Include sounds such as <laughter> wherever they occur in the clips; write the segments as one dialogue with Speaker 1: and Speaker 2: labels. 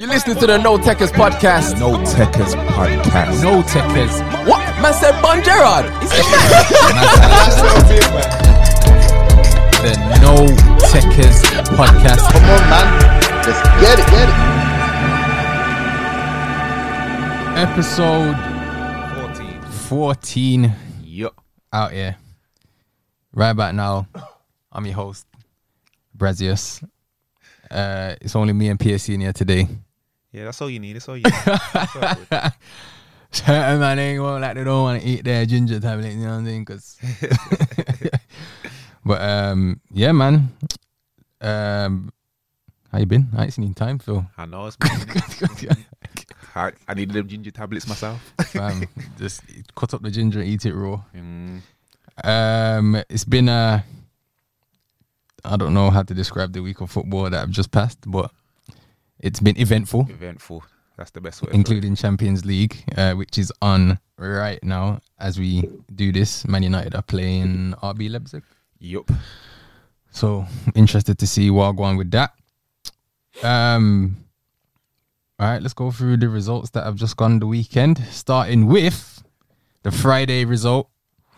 Speaker 1: You're listening to the No Techers podcast.
Speaker 2: No Techers podcast.
Speaker 3: No techers.
Speaker 1: What? Man said Bon Gerard. Is it-
Speaker 3: The No Techers podcast.
Speaker 4: Come on, man. Let's get it, get it.
Speaker 3: Episode
Speaker 2: 14.
Speaker 3: 14
Speaker 2: Yup.
Speaker 3: out here. Right back now, I'm your host, Brazius. Uh, it's only me and Pierre Senior today.
Speaker 2: Yeah, that's all you need. That's all you need. <laughs> That's all good.
Speaker 3: Certain man ain't going like they don't want to eat their ginger tablet, you know what I mean? Cause <laughs> but um, yeah, man. Um, how you been? I ain't seen you in time, Phil.
Speaker 2: I know it's <laughs> me. I, I needed them ginger tablets myself.
Speaker 3: Fam, just cut up the ginger, eat it raw.
Speaker 2: Mm,
Speaker 3: Um, it's been a. I don't know how to describe the week of football that I've just passed, but it's been eventful,
Speaker 2: eventful. That's the best way. for it.
Speaker 3: including Champions League, uh, which is on right now as we do this. Man United are playing RB Leipzig,
Speaker 2: Yup.
Speaker 3: so interested to see what going with that. Um, all right, let's go through the results that have just gone the weekend, starting with the Friday result.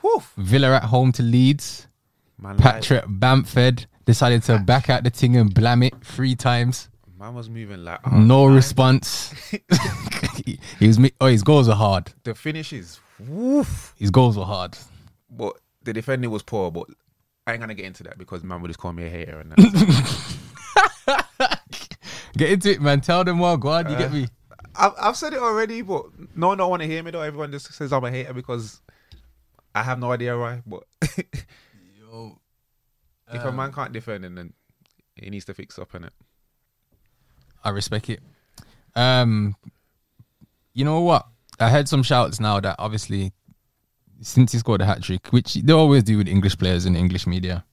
Speaker 2: Whew.
Speaker 3: Villa at home to Leeds.
Speaker 2: Man,
Speaker 3: Patrick
Speaker 2: Patrick.
Speaker 3: Bamford decided to back out the thing and blam it three times.
Speaker 2: Like, man was moving like oh,
Speaker 3: No
Speaker 2: man.
Speaker 3: response. he, he was. mi- Oh, his goals are hard.
Speaker 2: The finishes. Woof.
Speaker 3: His goals are hard. <laughs>
Speaker 2: But the defending was poor. But I ain't gonna get into that because man would just call me a hater and that.
Speaker 3: Get into it, man. Tell them what. Go on. You get me.
Speaker 2: I've, I've said it already, but no one don't want to hear me though. Everyone just says I'm a hater because I have no idea why. But if <laughs> a man can't defend, then he needs to fix up in it.
Speaker 3: I respect it. Um, you know what? I heard some shouts now that obviously, since he scored a hat trick, which they always do with English players in English media,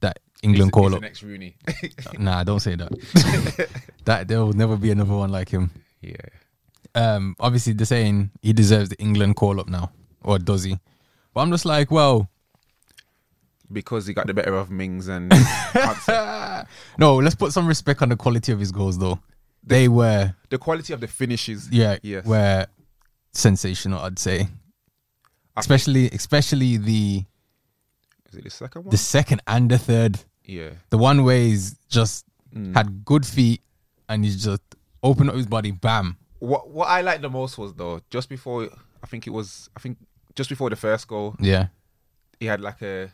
Speaker 3: that England call
Speaker 2: the
Speaker 3: up.
Speaker 2: next <laughs> Rooney.
Speaker 3: Nah, don't say that. that there will never be another one like him.
Speaker 2: yeah.
Speaker 3: um, obviously they're saying he deserves the England call up now, or does he? But I'm just like, well,
Speaker 2: Because he got the better of
Speaker 3: <laughs>
Speaker 2: Mings and
Speaker 3: uh, no, let's put some respect on the quality of his goals though. They were,
Speaker 2: the quality of the finishes.
Speaker 3: yeah,
Speaker 2: Yes.
Speaker 3: were sensational, I'd say. Especially, especially the
Speaker 2: Is it the second one?
Speaker 3: the second and the third.
Speaker 2: yeah.
Speaker 3: The one where he's just
Speaker 2: Mm.
Speaker 3: had good feet and he's just opened up his body, bam.
Speaker 2: What what I liked the most was though, just before I think it was I think just before the first goal,
Speaker 3: Yeah,
Speaker 2: he had like a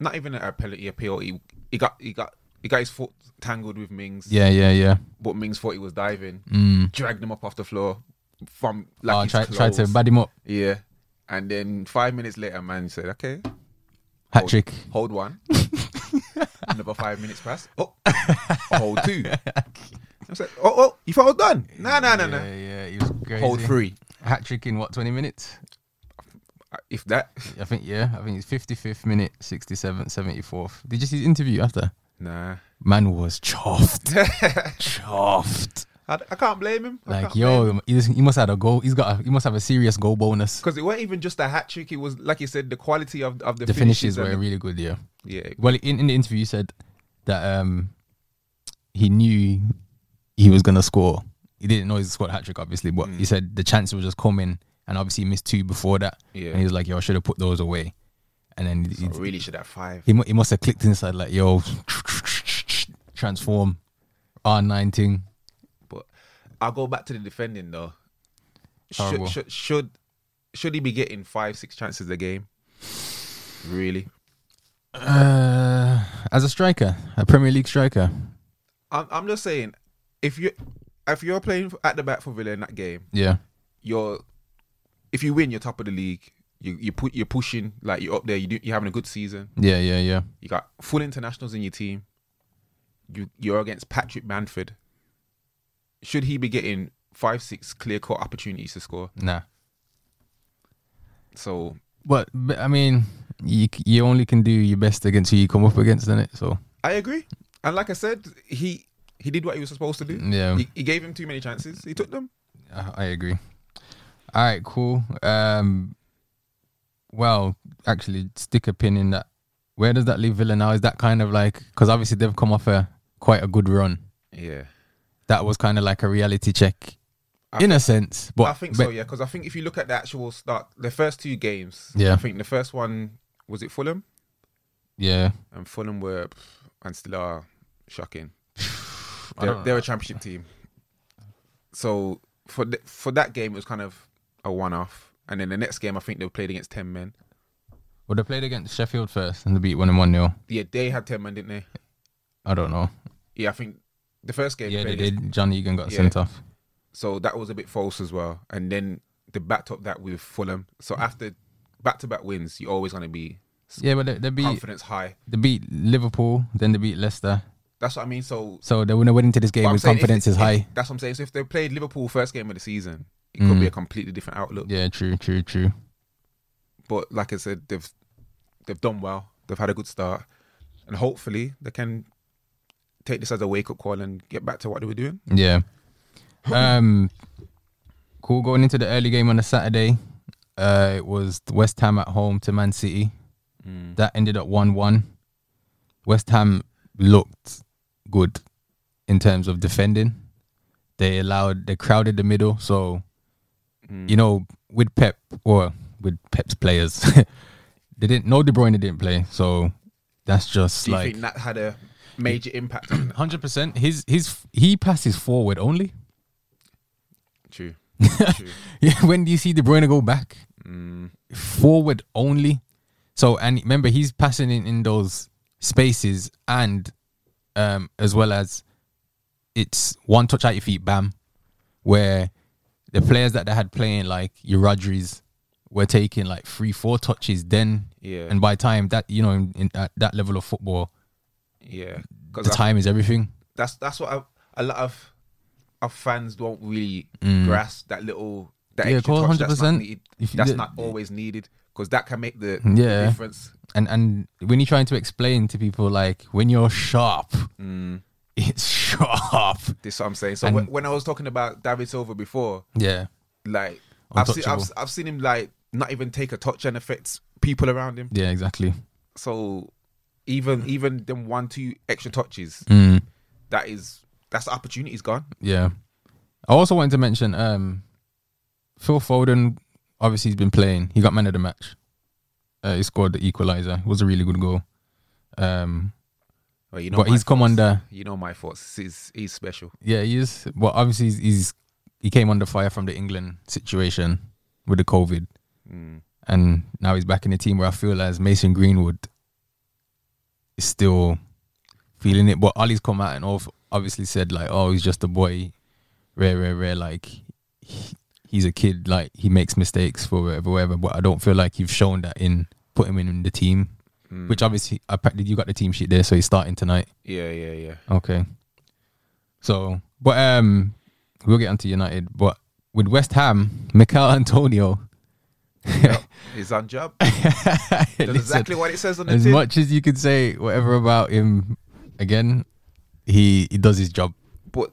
Speaker 2: not even a penalty appeal. He he got he got he got his foot tangled with Mings.
Speaker 3: yeah, yeah, yeah.
Speaker 2: But Mings thought he was diving.
Speaker 3: Mm.
Speaker 2: Dragged him up off the floor from like
Speaker 3: Oh,
Speaker 2: his
Speaker 3: try, try to
Speaker 2: clothes.
Speaker 3: bad him up.
Speaker 2: Yeah. And then five minutes later, man said, Okay,
Speaker 3: Hat trick.
Speaker 2: hold one.
Speaker 3: <laughs>
Speaker 2: Another five minutes pass. Oh, hold two. I was like, oh, oh, you thought I was done? Nah, nah, nah, nah.
Speaker 3: Yeah, yeah, he was crazy.
Speaker 2: Hold three.
Speaker 3: hat trick in what 20 minutes
Speaker 2: If that.
Speaker 3: i think yeah i think it's 55th minute 67th 74th did you see the interview after
Speaker 2: Nah.
Speaker 3: man was
Speaker 2: <laughs>
Speaker 3: chuffed chuffed
Speaker 2: I, I can't blame him. I
Speaker 3: like
Speaker 2: can't
Speaker 3: yo he, doesn't- he must have a goal he's got a, he must have a serious goal bonus
Speaker 2: Because it weren't even just a hat trick. It was, like you said, the quality of, of the,
Speaker 3: the finishes were
Speaker 2: and
Speaker 3: really good yeah
Speaker 2: the- Yeah.
Speaker 3: well in, in the interview you said that um he knew he was gonna score he didn't know he scored a hat trick obviously but
Speaker 2: Mm.
Speaker 3: he said the chance was just coming and obviously he missed two before that
Speaker 2: Yeah.
Speaker 3: and he was like yo i should have put those away and then he,
Speaker 2: I really should have five.
Speaker 3: he, mu- he must have clicked inside like yo transform R9 thing.
Speaker 2: But I'll go back to the defending though. Should,
Speaker 3: Horrible.
Speaker 2: should should should he be getting five six chances a game? Really?
Speaker 3: Uh, as a striker, a Premier League striker.
Speaker 2: I'm I'm just saying, if you if you're playing at the back for Villa in that game,
Speaker 3: Yeah.
Speaker 2: you're if you win, you're top of the league. You you put you're pushing like you're up there. You do, you're having a good season.
Speaker 3: Yeah, yeah, yeah.
Speaker 2: You got full internationals in your team. You you're against Patrick Manford. Should he be getting five six clear cut opportunities to score?
Speaker 3: Nah.
Speaker 2: So
Speaker 3: But, but I mean, you c- you only can do your best against who you come up against, is it? So
Speaker 2: I agree. And like I said, he he did what he was supposed to do.
Speaker 3: Yeah.
Speaker 2: He, he gave him too many chances. He took them.
Speaker 3: I, I agree. All right, cool. Um, well, actually, stick a pin in that. Where does that leave Villa now? Is that kind of like because obviously they've come off a quite a good run.
Speaker 2: Yeah.
Speaker 3: that was kind of like a reality check, in a sense. But
Speaker 2: I think so,
Speaker 3: but-
Speaker 2: yeah. Because I think if you look at the actual start, the first two games,
Speaker 3: Yeah.
Speaker 2: I think the first one was it Fulham,
Speaker 3: yeah.
Speaker 2: and Fulham were pff, and still are
Speaker 3: <sighs>
Speaker 2: shocking.
Speaker 3: I
Speaker 2: They're,
Speaker 3: don't
Speaker 2: they're a championship team, so for th- for that game it was kind of a one off, and then the next game I think they played against ten men.
Speaker 3: Well, they played against Sheffield first and they beat one and one nil.
Speaker 2: Yeah, they had ten men, didn't they?
Speaker 3: I don't know.
Speaker 2: Yeah, I think the first game.
Speaker 3: Yeah, they
Speaker 2: played against-
Speaker 3: did. John Egan got
Speaker 2: Yeah.
Speaker 3: sent off.
Speaker 2: So that was a bit false as well. And then they backed up that with Fulham. So after back to back wins, you're always going to be
Speaker 3: Yeah, but they, they beat
Speaker 2: confidence high.
Speaker 3: they beat Liverpool, then they beat Leicester.
Speaker 2: That's what I mean. So
Speaker 3: So they went went into this game
Speaker 2: but I'm
Speaker 3: with
Speaker 2: saying if-
Speaker 3: confidence is
Speaker 2: if-
Speaker 3: high. Mm.
Speaker 2: That's what I'm saying. So if they played Liverpool first game of the season, it could be a completely different outlook.
Speaker 3: Yeah, true, true, true.
Speaker 2: But like I said, they've they've done well. They've had a good start, and hopefully they can take this as a wake up call and get back to what they were doing.
Speaker 3: Yeah. Um, cool. Going into the early game on a Saturday, uh, it was West Ham at home to Man City.
Speaker 2: Mm.
Speaker 3: That ended at one-one. West Ham looked good in terms of defending. They allowed they crowded the middle, so
Speaker 2: Mm.
Speaker 3: you know with Pep or with Pep's players, <laughs> they didn't. No De Bruyne didn't play, so that's just
Speaker 2: Do you
Speaker 3: like
Speaker 2: think that had a major impact on that?
Speaker 3: hundred percent. His his he passes forward only. <laughs>
Speaker 2: True. True.
Speaker 3: Yeah, when do you see De Bruyne go back? Forward only. So and remember he's passing in, in those spaces and um as well as it's one touch out your feet, bam. Where the players that they had playing like your Rodri's were taking like three, four touches then.
Speaker 2: Yeah.
Speaker 3: And by time that you know in, in at that level of football,
Speaker 2: Yeah,
Speaker 3: the
Speaker 2: because
Speaker 3: time is everything.
Speaker 2: that's that's what I, a lot of of fans don't really grasp that little that
Speaker 3: Mm. Yeah,
Speaker 2: extra
Speaker 3: cool,
Speaker 2: touch that's not
Speaker 3: 100%.
Speaker 2: needed.
Speaker 3: If you
Speaker 2: that's
Speaker 3: did-
Speaker 2: not always needed because that can make the
Speaker 3: Yeah.
Speaker 2: difference.
Speaker 3: and and when you're trying to explain to people like when you're sharp it's <laughs> sharp
Speaker 2: This is what I'm saying. So
Speaker 3: And-
Speaker 2: when, when I was talking about David Silva before,
Speaker 3: yeah
Speaker 2: like I've seen I've,
Speaker 3: Untouchable.
Speaker 2: I've seen him like not even take a touch and affects people around him.
Speaker 3: yeah exactly
Speaker 2: So even even them one two extra touches,
Speaker 3: Mm.
Speaker 2: that is that's the opportunity's gone.
Speaker 3: yeah i also wanted to mention um phil foden obviously he's been playing he got man of the match uh, he scored the equalizer it was a really good goal um
Speaker 2: Well, you know
Speaker 3: but
Speaker 2: my
Speaker 3: he's come
Speaker 2: thoughts.
Speaker 3: under
Speaker 2: You know my thoughts. He's he's special.
Speaker 3: yeah he is well obviously he's, he's he came under fire from the england situation with the covid and now he's back in the team where i feel as mason greenwood is still feeling it. But Ollie's come out and off, obviously said like, "Oh, he's just a boy, rare, rare, rare." Like he- he's a kid. Like he makes mistakes for whatever, whatever. But I don't feel like you've shown that in put him in the team, which obviously I practically you got the team sheet there, so he's starting tonight.
Speaker 2: Yeah, yeah, yeah.
Speaker 3: Okay. So, but um, we'll get onto United, but. With West Ham, <laughs> Mikel Antonio. <laughs>
Speaker 2: He's on job. That's
Speaker 3: Listen,
Speaker 2: exactly what it says on the
Speaker 3: as
Speaker 2: tin.
Speaker 3: much as you could say whatever about him, again, he, he does his job.
Speaker 2: But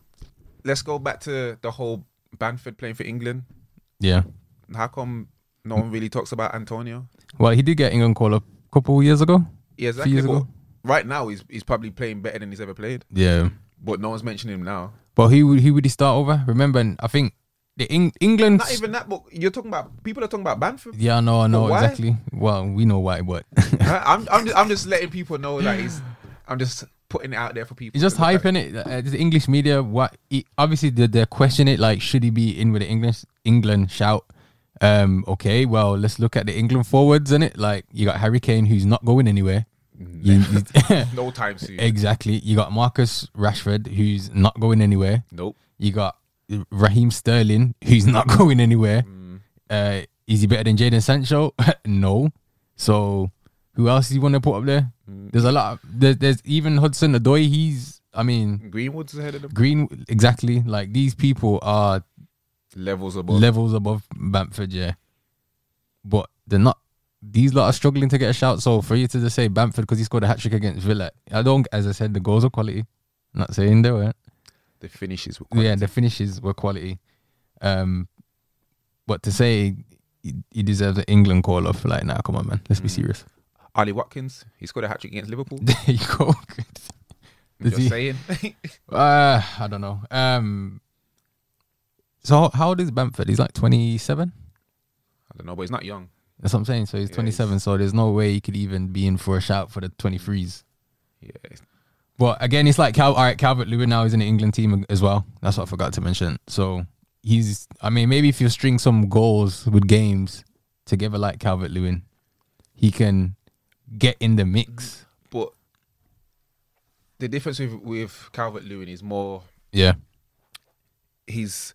Speaker 2: let's go back to the whole Banford playing for England.
Speaker 3: Yeah.
Speaker 2: How come no one really talks about Antonio?
Speaker 3: Well, he did get England call up a couple years ago.
Speaker 2: Yeah,
Speaker 3: Few
Speaker 2: exactly.
Speaker 3: years
Speaker 2: But
Speaker 3: ago.
Speaker 2: right now, he's he's probably playing better than he's ever played.
Speaker 3: Yeah.
Speaker 2: But no one's mentioning him now.
Speaker 3: But he would he would he start over? Remember, and I think the Eng- England.
Speaker 2: Not even that. But you're talking about people are talking about <laughs> Banford.
Speaker 3: yeah, I know, I know
Speaker 2: why?
Speaker 3: exactly. Well, we know why, but <laughs>
Speaker 2: I'm I'm just, I'm just letting people know that he's. I'm just putting it out there for people.
Speaker 3: it's just
Speaker 2: to look at.
Speaker 3: hyping it. Uh, the English media, what he, obviously they they question it. Like, should he be in with the English England shout? Um, okay, well, let's look at the England forwards in it. Like, you got Harry Kane, who's not going anywhere. You- you- <laughs>
Speaker 2: No time soon.
Speaker 3: exactly. You got Marcus Rashford, who's not going anywhere.
Speaker 2: Nope.
Speaker 3: You got Raheem Sterling, who's not <laughs> going anywhere. Uh, is he better than Jaden Sancho? <laughs> no. So who else do you want to put up there? There's a lot. Of, there's, there's even Hudson Odoi. He's, I mean,
Speaker 2: Greenwood's ahead of them.
Speaker 3: Green exactly. Like these people are
Speaker 2: <laughs> Levels above.
Speaker 3: levels above Bamford, yeah. But they're not. These lot are struggling to get a shout. So for you to just say Bamford because he scored a hat trick against Villa, I don't. As I said, the goals are quality. Not saying they weren't.
Speaker 2: the finishes were.
Speaker 3: Yeah, the finishes were quality. Um, but to say he, he deserves an England call off, like, nah, come on, man, let's be serious. <laughs>
Speaker 2: Ali Watkins. He scored a hat trick against Liverpool.
Speaker 3: There you go. <laughs> Does
Speaker 2: Just
Speaker 3: he-
Speaker 2: saying. <laughs>
Speaker 3: Uh, I don't know. Um, so how, how old is Bamford? He's like 27.
Speaker 2: I don't know, but he's not young.
Speaker 3: That's what I'm saying. So he's
Speaker 2: Yeah,
Speaker 3: 27. so there's no way he could even be in for a shout for the 23s.
Speaker 2: Yeah, it's-
Speaker 3: But again, it's like Cal- all right, Calvert Lewin now is in the England team as well. That's what I forgot to mention. So he's, I mean, maybe if you string some goals with games together like Calvert Lewin, he can get in the mix.
Speaker 2: but the difference with with Calvert Lewin is more
Speaker 3: Yeah,
Speaker 2: he's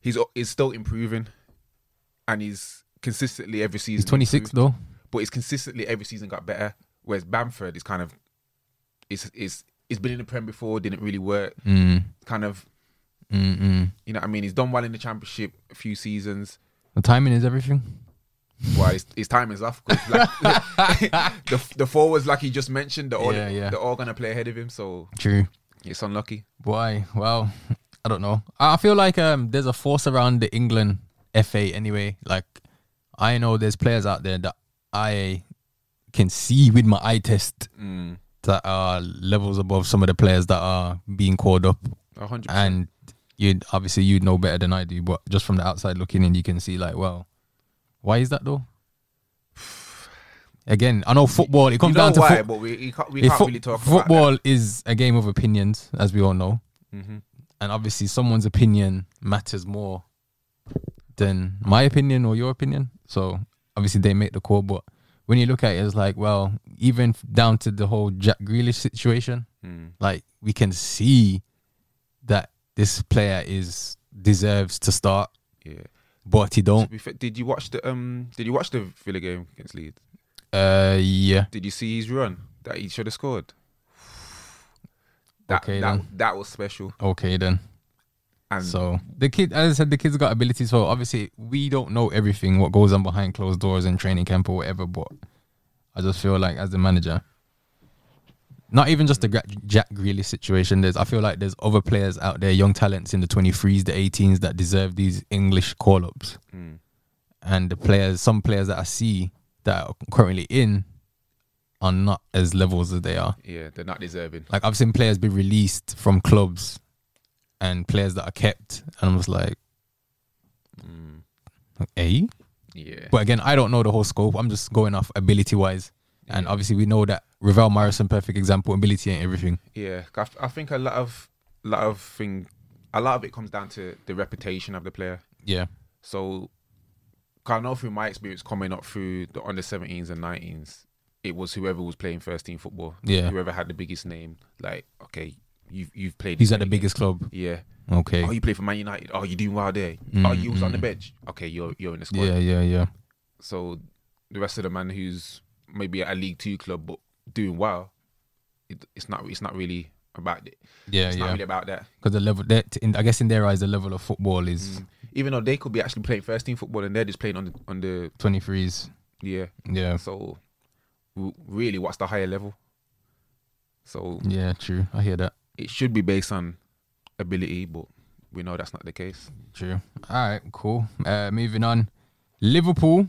Speaker 2: he's he's still improving, and he's consistently every season.
Speaker 3: he's 26
Speaker 2: improved,
Speaker 3: though.
Speaker 2: but he's consistently every season got better. Whereas Bamford is kind of is is he's been in the Prem before, didn't really work.
Speaker 3: Mm,
Speaker 2: Kind of,
Speaker 3: mm, mm.
Speaker 2: you know, what I mean, he's done well in the Championship a few seasons.
Speaker 3: The timing is everything.
Speaker 2: Why his, his time is off? 'cause, Like, <laughs> the the forwards, like he just mentioned, they're all
Speaker 3: Yeah, yeah.
Speaker 2: they're all gonna play ahead of him, so
Speaker 3: True.
Speaker 2: it's unlucky.
Speaker 3: Why? Well, I don't know. I I feel like um, there's a force around the England FA anyway. Like, I know there's players out there that I can see with my eye test
Speaker 2: Mm,
Speaker 3: that are levels above some of the players that are being called up.
Speaker 2: a hundred. percent.
Speaker 3: And you'd obviously you'd know better than I do, but just from the outside looking in, you can see like, well, why is that though? <sighs> Again, I know football. It
Speaker 2: You
Speaker 3: comes
Speaker 2: know
Speaker 3: down to
Speaker 2: why,
Speaker 3: foot-
Speaker 2: but we, you can't, we
Speaker 3: if
Speaker 2: can't
Speaker 3: fo-
Speaker 2: really talk about
Speaker 3: football is a game of opinions, as we all know
Speaker 2: that. Mhm.
Speaker 3: and obviously someone's opinion matters more than my opinion or your opinion. So obviously they make the call, but when you look at it, it's like, well, even f- down to the whole Jack Grealish situation,
Speaker 2: Mm.
Speaker 3: like we can see that this player is deserves to start,
Speaker 2: Yeah.
Speaker 3: but he
Speaker 2: To
Speaker 3: don't.
Speaker 2: be fair, did you watch the um? Did you watch the Villa game against Leeds?
Speaker 3: Uh, yeah,
Speaker 2: Did you see his run that he should have scored? That,
Speaker 3: Okay,
Speaker 2: that,
Speaker 3: then.
Speaker 2: that was special.
Speaker 3: okay then.
Speaker 2: And
Speaker 3: So the kid, as I said, the kid's got abilities. So obviously, we don't know everything what goes on behind closed doors in training camp or whatever. But I just feel like as the manager, not even just the Gra- Jack Grealish situation. There's I feel like there's other players out there, young talents in the 23s, the 18s that deserve these English call ups.
Speaker 2: Mm.
Speaker 3: And the players, some players that I see that are currently in, are not as levels as they are.
Speaker 2: yeah, they're not deserving.
Speaker 3: Like I've seen players be released from clubs, and players that are kept, and I'm just like.
Speaker 2: Mm.
Speaker 3: A.
Speaker 2: Yeah.
Speaker 3: But again, I don't know the whole scope. I'm just going off ability wise. And obviously, we know that Ravel Morrison, perfect example, ability ain't everything.
Speaker 2: Yeah, I, th- I think a lot of lot of thing, a lot of it comes down to the reputation of the player.
Speaker 3: Yeah.
Speaker 2: So, 'cause I know through my experience coming up through the under 17s and 19s, it was whoever was playing first team football.
Speaker 3: Yeah.
Speaker 2: whoever had the biggest name. Like, okay, you've you've played.
Speaker 3: He's at the
Speaker 2: many
Speaker 3: biggest club.
Speaker 2: games. Yeah.
Speaker 3: Okay.
Speaker 2: Oh, you play for Man United. Oh, you doing well there. oh, you was on the bench. Okay, you're you're in the squad.
Speaker 3: Mm-hmm. Yeah, yeah, yeah.
Speaker 2: So the rest of the man who's maybe at a League Two club but doing well, it, it's not it's not really about it.
Speaker 3: Yeah,
Speaker 2: It's not
Speaker 3: yeah.
Speaker 2: really about that.
Speaker 3: Because the level, that in, I guess in their eyes, the level of football is
Speaker 2: Even though they could be actually playing first team football and they're just playing on the on the
Speaker 3: 23s.
Speaker 2: yeah.
Speaker 3: Yeah.
Speaker 2: So w- really, what's the higher level? So
Speaker 3: Yeah, true. I hear that.
Speaker 2: it should be based on ability, but we know that's not the case.
Speaker 3: True. All right, cool. Uh, moving on. Liverpool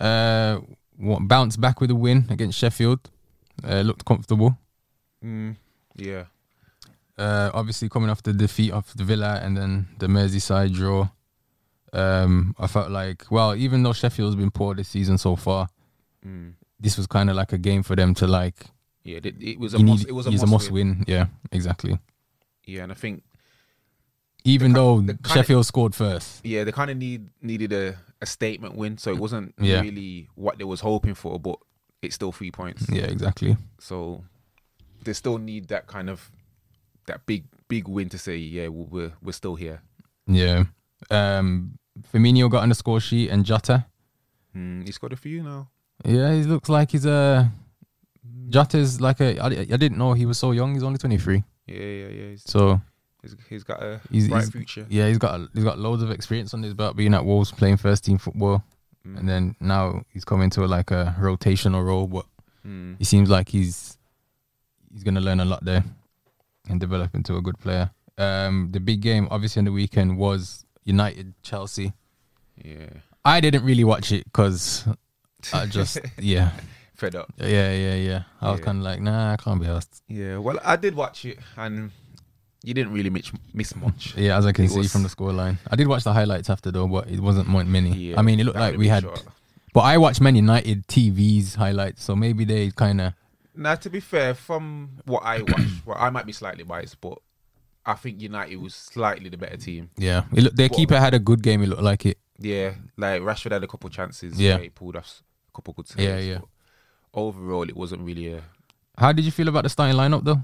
Speaker 3: uh, wa- bounced back with a win against Sheffield. Uh, looked comfortable.
Speaker 2: Mm, yeah.
Speaker 3: uh, obviously coming off the defeat of the Villa and then the Merseyside draw, um, I felt like, well, even though Sheffield's been poor this season so far,
Speaker 2: Mm.
Speaker 3: this was kind of like a game for them to like.
Speaker 2: Yeah, it, it was a
Speaker 3: you
Speaker 2: must,
Speaker 3: need-
Speaker 2: it was a
Speaker 3: it's
Speaker 2: must, win.
Speaker 3: Yeah, exactly.
Speaker 2: Yeah, and I think
Speaker 3: Even though
Speaker 2: the kind of-
Speaker 3: Sheffield scored first,
Speaker 2: yeah, they kind of need needed a, a statement win, so it wasn't
Speaker 3: Yeah.
Speaker 2: really what they was hoping for, but it's still three points.
Speaker 3: yeah, exactly.
Speaker 2: So they still need that kind of that big big win to say, yeah, we- we're we're still here.
Speaker 3: Yeah. Um, Firmino got on the score sheet and Jota.
Speaker 2: Mm, he's got a few now.
Speaker 3: Yeah, he looks like he's a. Jota's like a. I, I didn't know he was so young. He's only twenty three.
Speaker 2: Yeah, yeah, yeah. He's,
Speaker 3: So
Speaker 2: he's, he's got a
Speaker 3: He's-
Speaker 2: bright
Speaker 3: he's-
Speaker 2: future.
Speaker 3: Yeah, he's got he's got loads of experience on his belt, being at Wolves, playing first team football,
Speaker 2: Mm.
Speaker 3: and then now he's coming to like a rotational role. But
Speaker 2: Mm.
Speaker 3: he seems like he's he's gonna learn a lot there and develop into a good player. Um, the big game, obviously, on the weekend was United Chelsea.
Speaker 2: Yeah, <laughs>
Speaker 3: I didn't really watch it because I just yeah
Speaker 2: fed up.
Speaker 3: Yeah, yeah, yeah. I was
Speaker 2: Yeah.
Speaker 3: kind of like, nah, I can't be asked.
Speaker 2: Yeah, well, I did watch it, and you didn't really miss, miss much.
Speaker 3: Yeah, as I can
Speaker 2: It
Speaker 3: see
Speaker 2: was-
Speaker 3: from the scoreline. I did watch the highlights after though, but it wasn't mon- many.
Speaker 2: Yeah,
Speaker 3: I mean, it looked
Speaker 2: that
Speaker 3: like
Speaker 2: would've
Speaker 3: we
Speaker 2: been
Speaker 3: had,
Speaker 2: short.
Speaker 3: but I watched Man United TV's highlights, so maybe they kind of.
Speaker 2: Now, to be fair, from what I watched, <coughs> well, I might be slightly biased, but I think United was slightly the better team.
Speaker 3: Yeah, it looked, their keeper had a good game. It looked like it.
Speaker 2: Yeah, like Rashford had a couple chances.
Speaker 3: Yeah.
Speaker 2: where he pulled off a couple good saves.
Speaker 3: Yeah, yeah.
Speaker 2: but Overall, it wasn't really a.
Speaker 3: How did you feel about the starting lineup though?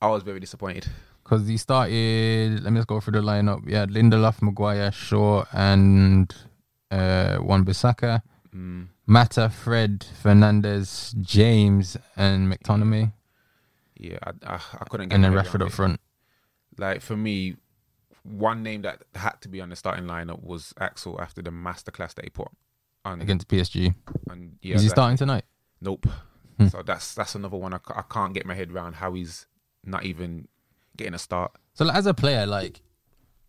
Speaker 2: I was very disappointed.
Speaker 3: Because he started. Let me just go through the lineup. Yeah, Lindelof, Maguire, Shaw, and uh, Wan Bissaka,
Speaker 2: Mm.
Speaker 3: Mata, Fred, Fernandez, James, and McTominay,
Speaker 2: Yeah, I, I, I couldn't get.
Speaker 3: and then
Speaker 2: my head around
Speaker 3: Rashford up
Speaker 2: it.
Speaker 3: front.
Speaker 2: Like for me, one name that had to be on the starting lineup was Axel after the masterclass that he put on.
Speaker 3: against PSG.
Speaker 2: on yeah,
Speaker 3: Is he
Speaker 2: that-
Speaker 3: starting Hmm. tonight?
Speaker 2: Nope. So that's that's another one I, ca- I can't get my head around how he's not even getting a start.
Speaker 3: So like, as a player, like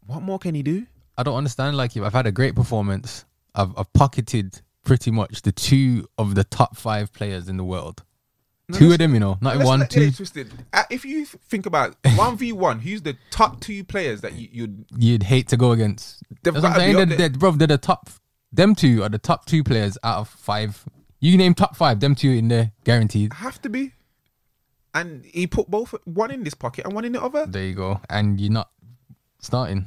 Speaker 2: What more can he do?
Speaker 3: I don't understand. Like if I've had a great performance, I've, I've pocketed pretty much the two of the top five players in the world. two of them, you know, not
Speaker 2: Let's
Speaker 3: one,
Speaker 2: not get
Speaker 3: two.
Speaker 2: it twisted. Uh, If you th- think about one v one, who's the top two players that you, you'd
Speaker 3: You'd hate to go against.
Speaker 2: They've
Speaker 3: That's what I'm
Speaker 2: gotta be
Speaker 3: saying.
Speaker 2: up
Speaker 3: They're,
Speaker 2: there.
Speaker 3: they're- bro, they're the top. Them two are the top two players out of five. You name top five, them two in there, guaranteed.
Speaker 2: have to be? And he put both one in this pocket and one in the other.
Speaker 3: There you go, and you're not starting.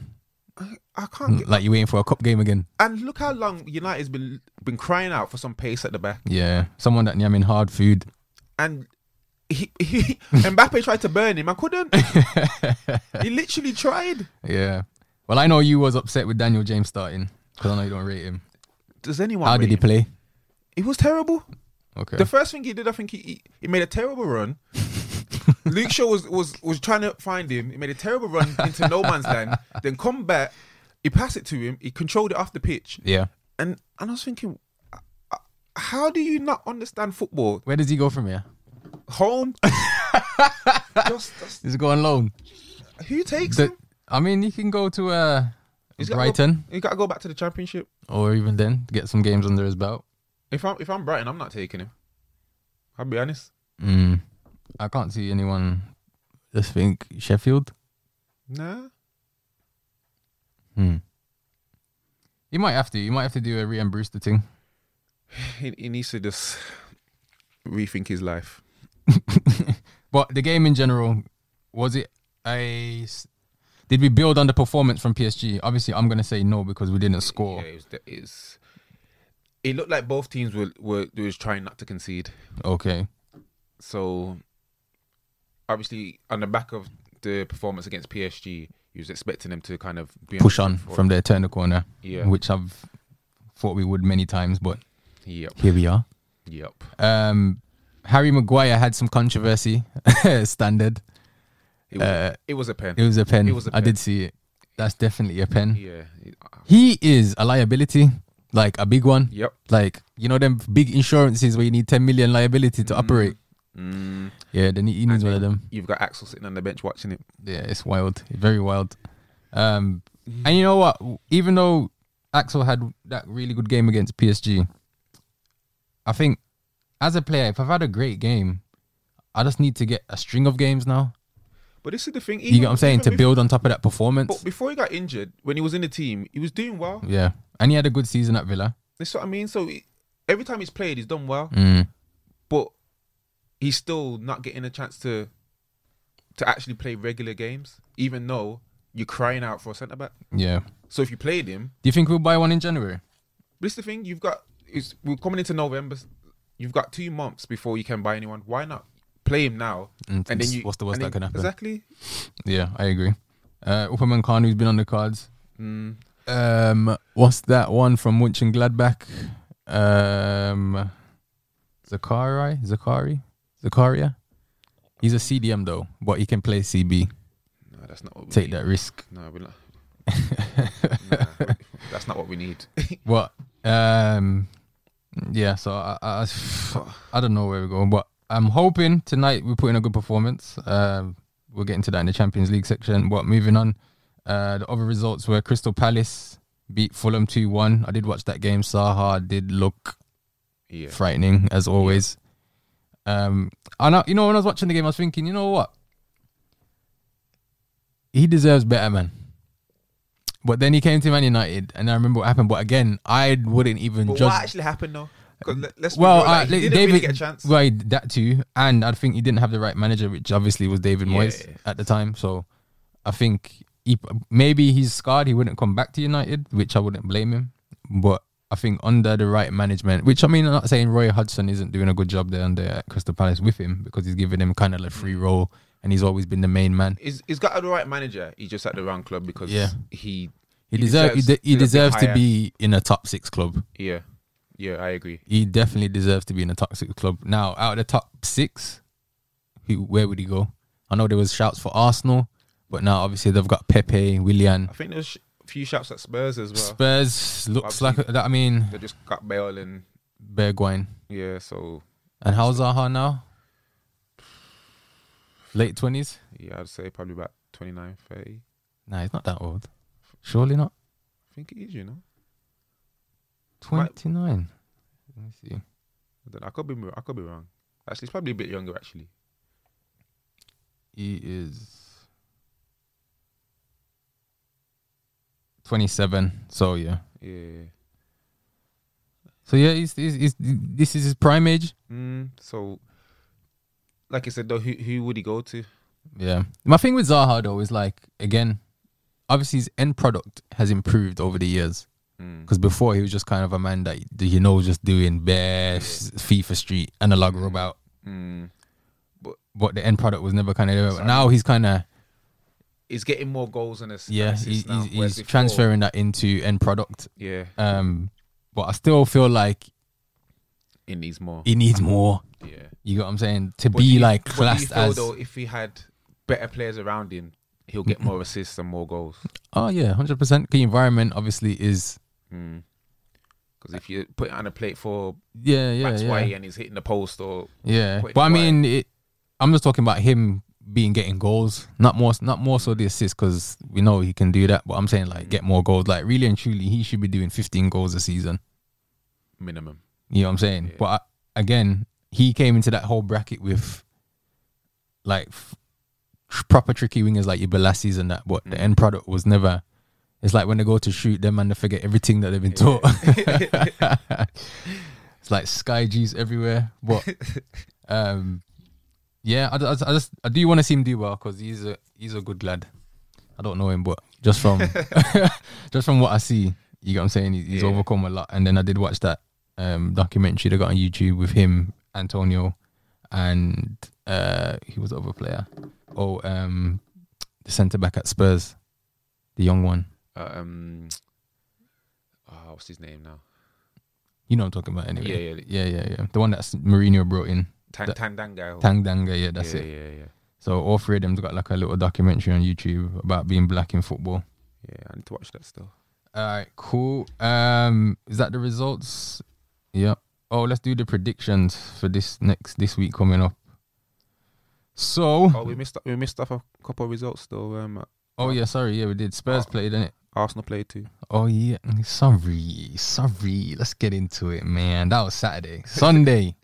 Speaker 2: I can't. Get,
Speaker 3: Like you're waiting for a cup game again.
Speaker 2: and look how long United's been been crying out for some pace at the back.
Speaker 3: Yeah, someone that yeah, I mean, hard food.
Speaker 2: and he, he <laughs> Mbappe tried to burn him. I
Speaker 3: <laughs>
Speaker 2: couldn't. he literally tried.
Speaker 3: Yeah. Well, I know you was upset with Daniel James starting because I know you don't rate him.
Speaker 2: Does anyone?
Speaker 3: How did he
Speaker 2: rate him?
Speaker 3: play?
Speaker 2: It was terrible.
Speaker 3: Okay.
Speaker 2: The first thing he did, I think he he, he made a terrible <laughs> run. Luke Shaw was, was was trying to find him. He made a terrible run <laughs> into no man's land. Then come back. He passed it to him. He controlled it off the pitch.
Speaker 3: yeah.
Speaker 2: And and I was thinking, uh, uh, how do you not understand football?
Speaker 3: Where does he go from here?
Speaker 2: Home. <laughs> just, just-
Speaker 3: Does he go on loan?
Speaker 2: who takes
Speaker 3: The-
Speaker 2: him?
Speaker 3: I mean, he can go to uh,
Speaker 2: He's gotta go-
Speaker 3: Brighton
Speaker 2: He's got to go back to the championship.
Speaker 3: or even then to get some games under his belt.
Speaker 2: If I'm if I'm Brighton, I'm not taking him. I'll be honest. Hmm.
Speaker 3: Mm. I can't see anyone. Just think Sheffield.
Speaker 2: Nah.
Speaker 3: Hmm. He might have to. He might have to do a Ryan Brewster thing.
Speaker 2: He, he needs to just rethink his life.
Speaker 3: But the game in general, was it a? s- Did we build on the performance from PSG? Obviously, I'm gonna say no because we didn't score.
Speaker 2: Yeah, it was, it was- it looked like both teams were were they was trying not to concede.
Speaker 3: Okay.
Speaker 2: So obviously on the back of the performance against PSG, you was expecting them to kind of be
Speaker 3: push on
Speaker 2: for-
Speaker 3: from there, turn the corner,
Speaker 2: Yeah.
Speaker 3: which I've thought we would many times, but
Speaker 2: Yep.
Speaker 3: here we are.
Speaker 2: Yep.
Speaker 3: Um, Harry Maguire had some controversy. <laughs> Standard,
Speaker 2: It was,
Speaker 3: Uh,
Speaker 2: it was a pen.
Speaker 3: it was a pen.
Speaker 2: It was a
Speaker 3: I
Speaker 2: pen.
Speaker 3: did see it. That's definitely a pen.
Speaker 2: yeah. It- uh,
Speaker 3: He is a liability, like a big one.
Speaker 2: Yep.
Speaker 3: Like you know them big insurances where you need ten million liability to operate.
Speaker 2: Mm.
Speaker 3: Yeah, then he he needs one
Speaker 2: And
Speaker 3: of them.
Speaker 2: You've got Axel sitting on the bench watching it.
Speaker 3: Yeah, it's wild, very wild. Um, and you know what? Even though Axel had that really good game against PSG, I think as a player, if I've had a great game, I just need to get a string of games now.
Speaker 2: But this is the thing.
Speaker 3: you get what I'm saying? To
Speaker 2: build.
Speaker 3: build on top of that
Speaker 2: But
Speaker 3: performance.
Speaker 2: before he got injured, when he was in the team, he was doing well.
Speaker 3: Yeah, and he had a good season at Villa.
Speaker 2: That's what I mean. So he- every time he's played, he's done well,
Speaker 3: Mm.
Speaker 2: but he's still not getting a chance to to actually play regular games, even though you're crying out for a centre back.
Speaker 3: Yeah. Do
Speaker 2: So if you played him,
Speaker 3: you think we'll buy one in January?
Speaker 2: but it's the thing you've got is we're coming into November. You've got two months before you can buy anyone. Why not play him now?
Speaker 3: And it's- what's the worst
Speaker 2: and
Speaker 3: that can happen?
Speaker 2: Exactly.
Speaker 3: Yeah, I agree. Uh, Upperman Khan, who's been on the cards. Um, what's that one from Munchen Gladbach? Um, Zakari, Zakari, Zakaria. He's a CDM though, but he can play CB.
Speaker 2: No, that's not what we
Speaker 3: Take
Speaker 2: need.
Speaker 3: that risk.
Speaker 2: No,
Speaker 3: <laughs>
Speaker 2: we're not. nah, that's not what we need. <laughs>
Speaker 3: What? Um, yeah. So I, I, I- I don't know where we're going, but I'm hoping tonight we put in a good performance. Um, we'll get into that in the Champions League section. But moving on, uh, the other results were Crystal Palace beat Fulham two one. I did watch that game. Saha did look
Speaker 2: yeah.
Speaker 3: frightening as always. Um, and I, you know, when I was watching the game, I was thinking, you know what? He deserves better, man. But then he came to Man United, and I remember what happened. But again, I wouldn't even
Speaker 2: But
Speaker 3: judge.
Speaker 2: what actually happened though? 'Cause let- Let's be
Speaker 3: well,
Speaker 2: real,
Speaker 3: uh,
Speaker 2: like, he
Speaker 3: li-
Speaker 2: didn't
Speaker 3: David,
Speaker 2: really get a chance.
Speaker 3: well, that too, and I think he didn't have the right manager, which obviously was David Moyes
Speaker 2: Yeah.
Speaker 3: at the time. So I think he, maybe he's scarred. He wouldn't come back to United, which I wouldn't blame him. But I think under the right management, which I mean, I'm not saying Roy Hudson isn't doing a good job there under at Crystal Palace with him because he's giving him kind of a free role, and he's always been the main man.
Speaker 2: He's, he's got the right manager. He's just at the wrong club because
Speaker 3: Yeah.
Speaker 2: he
Speaker 3: He, deserves, he, de- he
Speaker 2: a bit
Speaker 3: deserves to
Speaker 2: higher.
Speaker 3: be in a top six club.
Speaker 2: Yeah, yeah, I agree.
Speaker 3: he definitely deserves to be in the top six club. Now, out of the top six, who where would he go? I know there was shouts for Arsenal, but now obviously they've got Pepe, Willian,
Speaker 2: I think there's a few shots at Spurs as well.
Speaker 3: Spurs. Looks like
Speaker 2: Obviously.
Speaker 3: that. I mean,
Speaker 2: They just got Bale and
Speaker 3: Bergwijn
Speaker 2: yeah, so
Speaker 3: and how's Zaha now? Late twenties?
Speaker 2: yeah, I'd say probably about 29, 30.
Speaker 3: Nah, he's not that old. Surely not.
Speaker 2: I think it is, you know. Right.
Speaker 3: Twenty nine. Let me see.
Speaker 2: I, don't know. I could be wrong- I could be wrong. Actually, he's probably a bit younger. Actually,
Speaker 3: He is. 27 so yeah
Speaker 2: yeah.
Speaker 3: so yeah he's, he's, he's this is his prime age
Speaker 2: Mm, so, like I said, though, who who would he go to?
Speaker 3: Yeah. My thing with Zaha though is like again, obviously his end product has improved over the years.
Speaker 2: Mm.
Speaker 3: Because before he was just kind of a man that you know was just doing bare s- FIFA Street analog robot,
Speaker 2: Mm.
Speaker 3: but the end product was never kind of there. But now he's kind of
Speaker 2: He's getting more goals and ass- and
Speaker 3: yeah,
Speaker 2: assists
Speaker 3: he,
Speaker 2: now,
Speaker 3: he's,
Speaker 2: whereas
Speaker 3: he's
Speaker 2: before-
Speaker 3: transferring that into end product.
Speaker 2: Yeah,
Speaker 3: Um, but I still feel like
Speaker 2: he needs more.
Speaker 3: he needs more.
Speaker 2: yeah.
Speaker 3: You got what I'm saying? To
Speaker 2: But do
Speaker 3: be
Speaker 2: you-
Speaker 3: like
Speaker 2: but do you
Speaker 3: classed
Speaker 2: feel,
Speaker 3: as
Speaker 2: though, if he had better players around him, he'll get more assists and more goals.
Speaker 3: oh yeah, hundred percent. The environment obviously is
Speaker 2: Because if you put it on a plate for
Speaker 3: yeah yeah
Speaker 2: Max
Speaker 3: yeah.
Speaker 2: White and he's hitting the post, or
Speaker 3: Yeah,
Speaker 2: Quite
Speaker 3: but I
Speaker 2: quiet.
Speaker 3: mean, it, I'm just talking about him being getting goals, not more, not more so the assists because we know he can do that. But I'm saying like get more goals. Like really and truly, he should be doing 15 goals a season.
Speaker 2: minimum,
Speaker 3: You know what I'm saying? But I, again, he came into that whole bracket with like f- tr- proper tricky wingers like your Balassis and that. But the end product was never. It's like when they go to shoot them and they forget everything that they've been taught. <laughs> it's like sky G's everywhere. But um, yeah, I, d- I d- I just I do want to see him do well because he's a he's a good lad. I don't know him, but just from <laughs> just from what I see, you get what I'm saying. He- He's
Speaker 2: Yeah.
Speaker 3: overcome a lot. And then I did watch that um, documentary they got on YouTube with him, Antonio, and uh, he was the other player. Oh, um, the centre back at Spurs, the young one.
Speaker 2: uh, um, oh, what's his name now?
Speaker 3: You know what I'm talking about, anyway. yeah,
Speaker 2: Yeah,
Speaker 3: yeah, yeah. The one that Mourinho brought in,
Speaker 2: Tan-
Speaker 3: That-
Speaker 2: Tandanga.
Speaker 3: Tanganga. Yeah, that's
Speaker 2: yeah,
Speaker 3: it.
Speaker 2: Yeah, yeah,
Speaker 3: So all three of them's got like a little documentary on YouTube about being black in football.
Speaker 2: yeah. I need to watch that still.
Speaker 3: All right, cool. Um, is that the results? Yep. Oh, let's do the predictions for this next this week coming up. So,
Speaker 2: Oh, we missed we missed off a couple of results though. Um,
Speaker 3: oh yeah, sorry, yeah, we did. Spurs
Speaker 2: Oh.
Speaker 3: played, didn't it?
Speaker 2: Arsenal played too.
Speaker 3: Oh yeah, sorry, sorry. Let's get into it, man. That was Saturday, Sunday.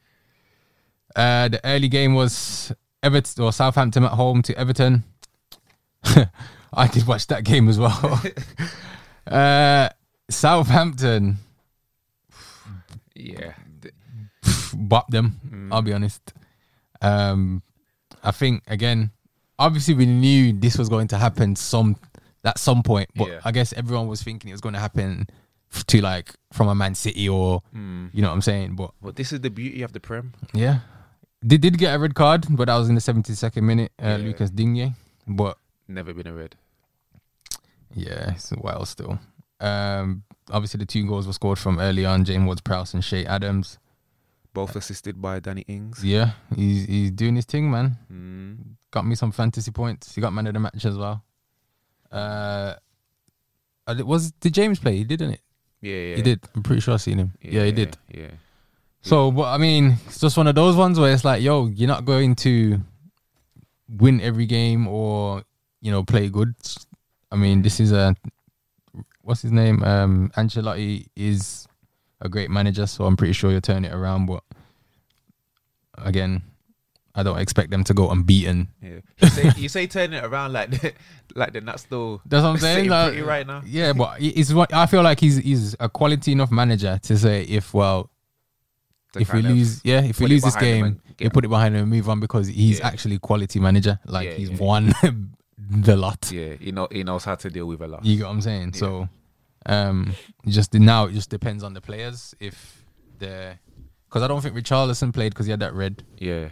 Speaker 3: uh, the early game was Everton or Southampton at home to Everton. <laughs> I did watch that game as well. uh, Southampton
Speaker 2: Yeah,
Speaker 3: bop them.
Speaker 2: Mm.
Speaker 3: I'll be honest. Um, I think again, obviously we knew this was going to happen some at some point, but
Speaker 2: Yeah.
Speaker 3: I guess everyone was thinking it was going to happen f- to like from a Man City or you know what I'm saying. But
Speaker 2: hmm. but this is the beauty of the Prem.
Speaker 3: yeah, they did get a red card, but that was in the 72nd minute, uh,
Speaker 2: Yeah.
Speaker 3: Lucas Digne. But
Speaker 2: Never been a red.
Speaker 3: yeah, it's a while still. Um, obviously the two goals were scored from early on, James Ward-Prowse and Shay Adams. Uh,
Speaker 2: Both assisted by Danny Ings.
Speaker 3: Yeah, he's he's doing his thing, man.
Speaker 2: Mm.
Speaker 3: got me some fantasy points. He got man of the match as well. Uh, and it was did James play? He did, didn't it?
Speaker 2: Yeah, yeah.
Speaker 3: He did. I'm pretty sure I seen him. Yeah, he did.
Speaker 2: Yeah.
Speaker 3: So, but I mean, it's just one of those ones where it's like, yo, you're not going to win every game or you know play good. I mean, this is a what's his name? Um, Ancelotti is a great manager, so I'm pretty sure you'll turn it around. But again, I don't expect them to go unbeaten.
Speaker 2: Yeah. You say, you say turning it around like that, <laughs> like they're not still.
Speaker 3: That's what
Speaker 2: <laughs>
Speaker 3: I'm
Speaker 2: sitting
Speaker 3: saying. Like,
Speaker 2: pretty right now.
Speaker 3: Yeah, but he- it's what I feel like he's he's a quality enough manager to say if well
Speaker 2: To
Speaker 3: if we
Speaker 2: kind of
Speaker 3: lose yeah if we
Speaker 2: put it
Speaker 3: lose this
Speaker 2: behind them
Speaker 3: game
Speaker 2: and
Speaker 3: you
Speaker 2: get-
Speaker 3: put it behind him and move on because he's
Speaker 2: Yeah.
Speaker 3: actually quality manager like
Speaker 2: Yeah,
Speaker 3: he's
Speaker 2: yeah.
Speaker 3: won <laughs> the lot.
Speaker 2: Yeah, he know he knows how to deal with a lot.
Speaker 3: You get what I'm saying? So, um, it just now it just depends on the players if they're because I don't think Richarlison played because he had that red,
Speaker 2: Yeah.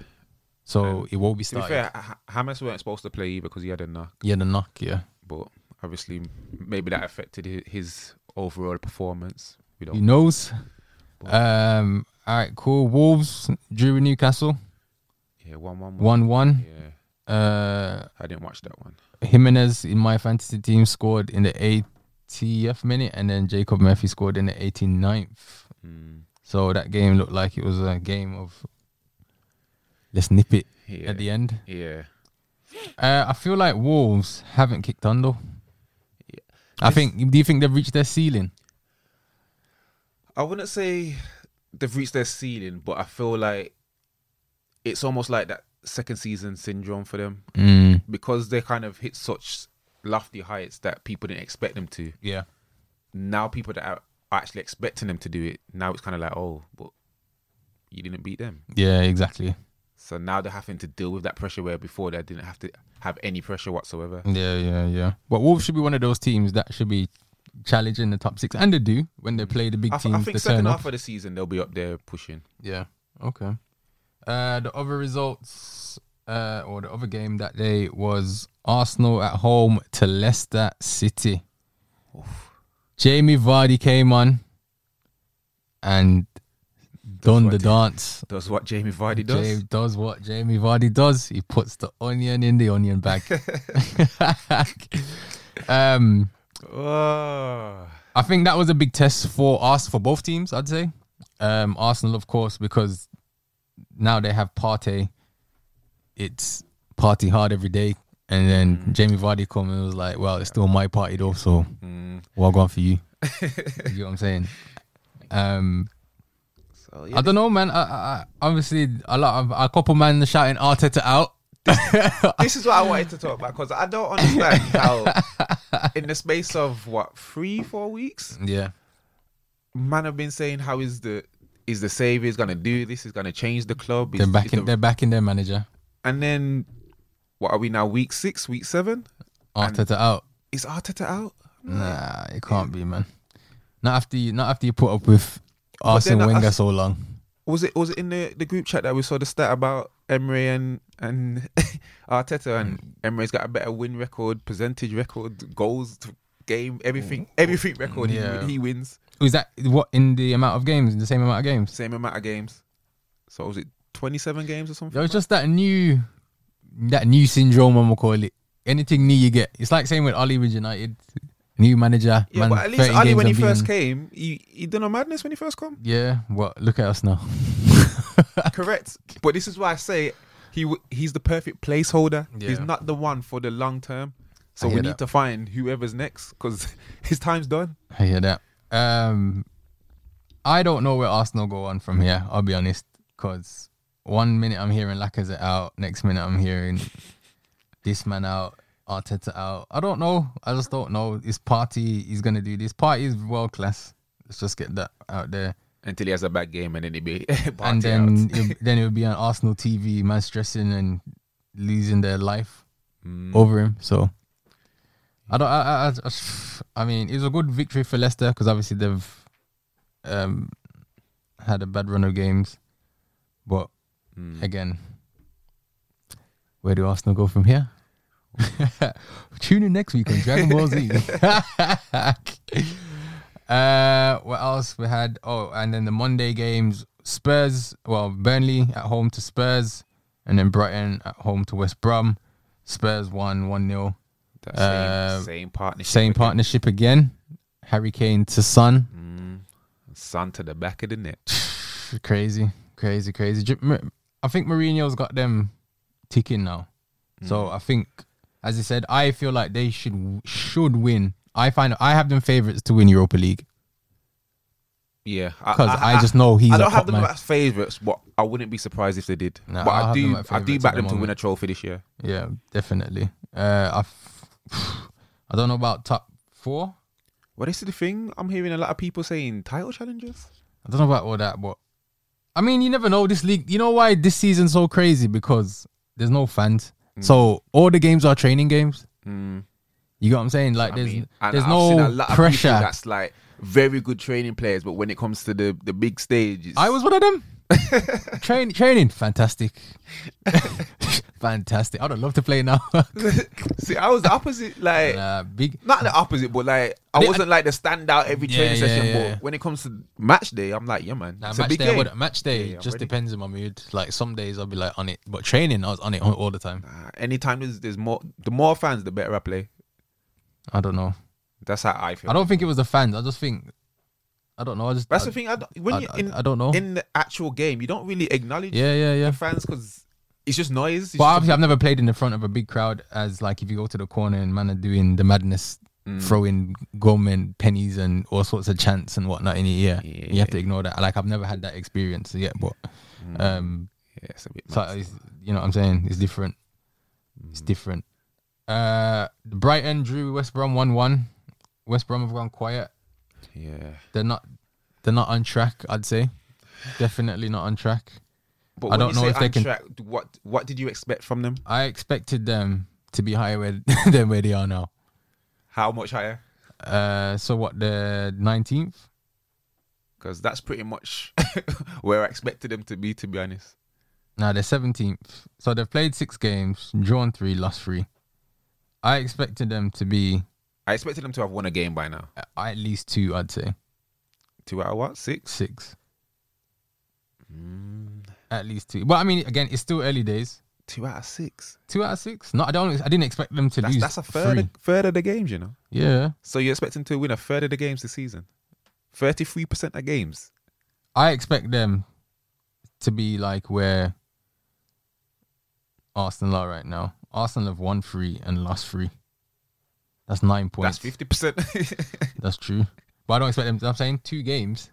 Speaker 3: so it won't be
Speaker 2: To be
Speaker 3: started.
Speaker 2: fair, H- Hamas weren't supposed to play either because he had a knock,
Speaker 3: yeah, the knock. Yeah,
Speaker 2: but obviously maybe that affected hi- his overall performance.
Speaker 3: he
Speaker 2: We don't.
Speaker 3: knows. Um, all right, cool. Wolves drew with Newcastle
Speaker 2: Yeah, one one one.
Speaker 3: one one.
Speaker 2: Yeah,
Speaker 3: Uh,
Speaker 2: I didn't watch that one.
Speaker 3: Jimenez in my fantasy team scored in the 80th minute, and then Jacob Murphy scored in the 89th.
Speaker 2: Mm.
Speaker 3: So that game looked like it was a game of let's nip it
Speaker 2: Yeah.
Speaker 3: at the end.
Speaker 2: Yeah,
Speaker 3: Uh, I feel like Wolves haven't kicked on though. I think. Do you think they've reached their ceiling?
Speaker 2: I wouldn't say they've reached their ceiling, but I feel like it's almost like that second season syndrome for them
Speaker 3: Mm.
Speaker 2: because they kind of hit such lofty heights that people didn't expect them to.
Speaker 3: Yeah.
Speaker 2: now people that are actually expecting them to do it, now it's kind of like, oh, but you didn't beat them.
Speaker 3: Yeah. Exactly.
Speaker 2: So now they're having to deal with that pressure where before they didn't have to have any pressure whatsoever.
Speaker 3: Yeah. Yeah. Yeah. But Wolves should be one of those teams that should be challenging the top six, and they do when they play the big
Speaker 2: I, th-
Speaker 3: teams.
Speaker 2: I think
Speaker 3: they
Speaker 2: second
Speaker 3: turn
Speaker 2: half
Speaker 3: up.
Speaker 2: of the season they'll be up there pushing.
Speaker 3: Yeah. Okay. Uh, the other results, uh, or the other game that day was Arsenal at home to Leicester City. Jamie Vardy came on and done
Speaker 2: what
Speaker 3: the
Speaker 2: he-
Speaker 3: dance.
Speaker 2: That's what Jamie Vardy does.
Speaker 3: Jamie does what Jamie Vardy does. He puts the onion in the onion
Speaker 2: <laughs>
Speaker 3: bag. <laughs> um,
Speaker 2: Oh,
Speaker 3: I think that was a big test for us for both teams. I'd say um, Arsenal, of course, because now they have Partey. It's party hard every day, and then Jamie Vardy come and was like, "Well, it's still my party though, so well gone for you." you know what I'm saying? Um,
Speaker 2: so
Speaker 3: I
Speaker 2: yeah,
Speaker 3: don't know, man. I, I, I- obviously a lot of a couple man shouting Arteta out.
Speaker 2: this is what I wanted to talk about because I don't understand how,
Speaker 3: <laughs>
Speaker 2: in the space of what three, four weeks,
Speaker 3: Yeah,
Speaker 2: man have been saying how is the is the savior is gonna do this, is gonna change the club,
Speaker 3: they're
Speaker 2: is- is
Speaker 3: backing.
Speaker 2: the-
Speaker 3: They're backing their manager
Speaker 2: And then, what are we now? Week six, week seven?
Speaker 3: Arteta out.
Speaker 2: Is Arteta out?
Speaker 3: Nah, it can't be, man. Not after you. Not after you put up with Arsene
Speaker 2: then I-
Speaker 3: Wenger so long.
Speaker 2: Was it was it in the, the group chat that we saw the stat about Emery and and <laughs> Arteta
Speaker 3: Hmm.
Speaker 2: and Emery's got a better win record, percentage record, goals to game, everything, everything record.
Speaker 3: Hmm. Yeah.
Speaker 2: He, he wins
Speaker 3: Was that what in the amount of games? In the same amount of games?
Speaker 2: same amount of games. So was it twenty seven games or something?
Speaker 3: It was just that new, that new syndrome. I'm gonna call it. Anything new you get, it's like same with Ali with United. New manager,
Speaker 2: yeah,
Speaker 3: man,
Speaker 2: but at least
Speaker 3: 30
Speaker 2: Ali
Speaker 3: games
Speaker 2: when he
Speaker 3: unbeaten.
Speaker 2: first came, he he done a madness when he first come.
Speaker 3: Yeah, well, look at us now.
Speaker 2: Correct. But this is why I say he w- he's the perfect placeholder. He's
Speaker 3: Yeah.
Speaker 2: not the one for the long term. So
Speaker 3: I
Speaker 2: we
Speaker 3: hear
Speaker 2: need
Speaker 3: that.
Speaker 2: to find whoever's next because <laughs> his time's done.
Speaker 3: I hear that. Um, I don't know where Arsenal go on from here. I'll be honest, because one minute I'm hearing Lacazette out, next minute I'm hearing this man out, Arteta out. I don't know. I just don't know. This party is gonna do this. Party is world class. Let's just get that out there,
Speaker 2: Until he has a bad game and then it'd be <laughs>
Speaker 3: and then it, then it would be on Arsenal TV, man stressing and losing their life over him. So. I don't. I, I, I, I mean, it was a good victory for Leicester because obviously they've um, had a bad run of games, but again, where do Arsenal go from here? <laughs> Tune in next week on Dragon Ball Z. <laughs> uh, what else we had? Oh, and then the Monday games: Spurs, well, Burnley at home to Spurs, and then Brighton at home to West Brom. Spurs won one 0
Speaker 2: That
Speaker 3: uh,
Speaker 2: same, same partnership.
Speaker 3: same partnership again. Harry Kane to Son.
Speaker 2: Son to the back of the net.
Speaker 3: <sighs>
Speaker 2: Mm.
Speaker 3: Crazy, crazy, crazy. Ju- Mou- I think Mourinho's got them ticking now. So
Speaker 2: Mm.
Speaker 3: I think, as I said, I feel like they should should win. I find I have them favorites to win Europa League.
Speaker 2: Yeah,
Speaker 3: 'Cause I just know he's
Speaker 2: I
Speaker 3: a
Speaker 2: don't
Speaker 3: top
Speaker 2: have them
Speaker 3: man.
Speaker 2: as favourites, but I wouldn't be surprised if they did.
Speaker 3: Nah,
Speaker 2: but
Speaker 3: I
Speaker 2: I
Speaker 3: have them
Speaker 2: do,
Speaker 3: at
Speaker 2: I do
Speaker 3: favourites
Speaker 2: back
Speaker 3: at the
Speaker 2: them to win a
Speaker 3: moment.
Speaker 2: trophy this year.
Speaker 3: Yeah, definitely. Uh, I, f- <sighs> I don't know about top four.
Speaker 2: Well, this is the thing. I'm hearing a lot of people saying title challengers.
Speaker 3: I don't know about all that, but I mean, you never know this league. You know why this season's so crazy? Because there's no fans,
Speaker 2: Mm.
Speaker 3: so all the games are training games. You got what I'm saying? Like,
Speaker 2: I
Speaker 3: there's
Speaker 2: mean, and
Speaker 3: there's
Speaker 2: I've
Speaker 3: no
Speaker 2: seen a lot of people
Speaker 3: pressure.
Speaker 2: that's like very good training players, but when it comes to the the big stage, it's,
Speaker 3: I was one of them. Train, training, fantastic, <laughs> fantastic. I'd love to play now.
Speaker 2: <laughs>
Speaker 3: <laughs>
Speaker 2: see, I was the opposite. Like
Speaker 3: uh, big,
Speaker 2: not the opposite, but like I
Speaker 3: They-
Speaker 2: wasn't like the standout every
Speaker 3: Yeah,
Speaker 2: training
Speaker 3: yeah,
Speaker 2: session.
Speaker 3: yeah.
Speaker 2: But when it comes to match day, I'm like, yeah, man,
Speaker 3: Nah,
Speaker 2: it's a
Speaker 3: match
Speaker 2: big
Speaker 3: day, I
Speaker 2: game.
Speaker 3: wouldn't- match day
Speaker 2: Yeah, yeah,
Speaker 3: just
Speaker 2: ready.
Speaker 3: depends on my mood. Like some days I'll be like on it, but training I was on it all, all the time.
Speaker 2: Uh, anytime there's, there's more, the more fans, the better I play.
Speaker 3: I don't know.
Speaker 2: That's how I feel.
Speaker 3: I don't think it was the fans. I just think I don't know. I just
Speaker 2: That's
Speaker 3: I-
Speaker 2: the thing. I don't, when
Speaker 3: I-
Speaker 2: you
Speaker 3: I-
Speaker 2: in
Speaker 3: I don't know.
Speaker 2: in the actual game, you don't really acknowledge
Speaker 3: Yeah, yeah, yeah.
Speaker 2: the fans because it's just noise. It's
Speaker 3: But
Speaker 2: just-
Speaker 3: obviously, I've never played in the front of a big crowd. As like, if you go to the corner and man are doing the madness,
Speaker 2: Mm.
Speaker 3: throwing gum and pennies and all sorts of chants and whatnot in your ear, you have to ignore that. Like, I've never had that experience yet, but
Speaker 2: Mm.
Speaker 3: um,
Speaker 2: yeah, it's a bit
Speaker 3: so
Speaker 2: nuts.
Speaker 3: it's, you know what I'm saying? It's different. It's different. Uh, Brighton drew West Brom one-one. West Brom have gone quiet.
Speaker 2: yeah.
Speaker 3: They're not. They're not on track. I'd say. Definitely not on track.
Speaker 2: But
Speaker 3: I
Speaker 2: when
Speaker 3: don't
Speaker 2: you
Speaker 3: know
Speaker 2: say
Speaker 3: if they can-
Speaker 2: untracked, What what did you expect from them?
Speaker 3: I expected them to be higher where, <laughs> than where they are now.
Speaker 2: How much higher?
Speaker 3: Uh, so what the nineteenth?
Speaker 2: Because that's pretty much <laughs> where I expected them to be. To be honest,
Speaker 3: No, they're seventeenth. So they've played six games, drawn three, lost three. I expected them to be
Speaker 2: I expected them to have won a game by now.
Speaker 3: a- at least two. I'd say
Speaker 2: Two out of what? Six.
Speaker 3: six.
Speaker 2: Mm.
Speaker 3: At least two. But I mean, again, it's still early days.
Speaker 2: Two out of six.
Speaker 3: Two out of six. No, I don't. I didn't expect them to
Speaker 2: That's
Speaker 3: lose.
Speaker 2: that's a third
Speaker 3: three.
Speaker 2: of, third of the games. You know.
Speaker 3: Yeah.
Speaker 2: So you're expecting to win a third of the games this season. Thirty three percent of games.
Speaker 3: I expect them to be like where Arsenal are right now. Arsenal have won three and lost three. That's nine points.
Speaker 2: That's fifty percent. <laughs>
Speaker 3: That's true. But I don't expect them. I'm saying two games.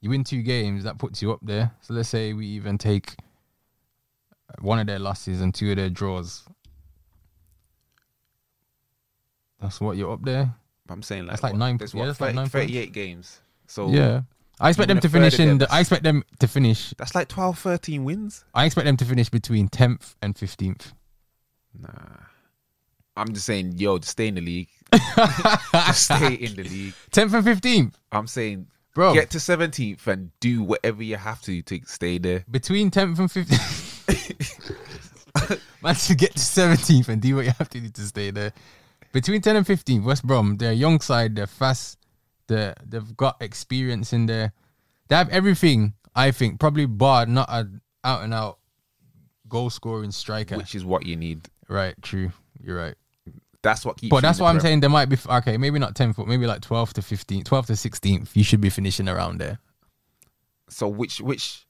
Speaker 3: You win two games, that puts you up there. So let's say we even take uh, one of their losses and two of their draws. That's what you're up there.
Speaker 2: I'm saying like
Speaker 3: That's like
Speaker 2: what,
Speaker 3: nine-
Speaker 2: There's
Speaker 3: yeah,
Speaker 2: what,
Speaker 3: that's like
Speaker 2: 30
Speaker 3: nine points.
Speaker 2: 38 games. So
Speaker 3: Yeah. I expect
Speaker 2: Oh. Even
Speaker 3: them
Speaker 2: a
Speaker 3: to
Speaker 2: third
Speaker 3: finish
Speaker 2: of their
Speaker 3: in. The, I
Speaker 2: best.
Speaker 3: expect them to finish.
Speaker 2: that's like 12, 13 wins.
Speaker 3: I expect them to finish between tenth and fifteenth.
Speaker 2: Nah. I'm just saying, yo, just stay in
Speaker 3: <laughs>
Speaker 2: the league. just stay in the league.
Speaker 3: Tenth and fifteenth,
Speaker 2: I'm saying,
Speaker 3: bro.
Speaker 2: get to 17th and do whatever you have to to stay there.
Speaker 3: between tenth and fifteenth. <laughs> Man should get to seventeenth and do what you have to do to stay there. Between ten and fifteenth, West Brom, they're a young side, they're fast, they they've got experience in there. They have everything, I think, probably bar not an out and out goal scoring striker.
Speaker 2: Which is what you need.
Speaker 3: right, true. You're right.
Speaker 2: That's what keeps. you
Speaker 3: But
Speaker 2: in
Speaker 3: that's
Speaker 2: the
Speaker 3: why I'm
Speaker 2: Prem.
Speaker 3: saying there might be okay, maybe not tenth, but maybe like twelfth to fifteenth, twelfth to sixteenth. You should be finishing around there.
Speaker 2: So which which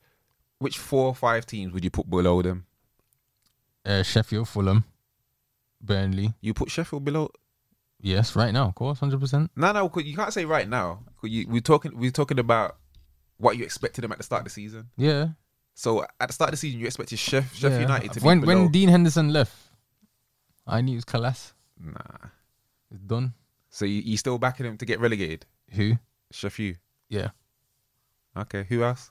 Speaker 2: which four or five teams would you put below them?
Speaker 3: Uh, Sheffield, Fulham, Burnley.
Speaker 2: You put Sheffield below?
Speaker 3: Yes, right now, of course, hundred percent.
Speaker 2: No, no, 'cause you can't say right now. 'Cause You, we're talking we're talking about what you expected them at the start of the season.
Speaker 3: Yeah.
Speaker 2: So at the start of the season, you expected Sheff, Sheffield
Speaker 3: yeah.
Speaker 2: United to
Speaker 3: when
Speaker 2: be below.
Speaker 3: when Dean Henderson left, I knew it was Kalas.
Speaker 2: nah.
Speaker 3: It's done.
Speaker 2: So you, you still backing them to get relegated?
Speaker 3: Who?
Speaker 2: Sheffield.
Speaker 3: Yeah.
Speaker 2: Okay. Who else?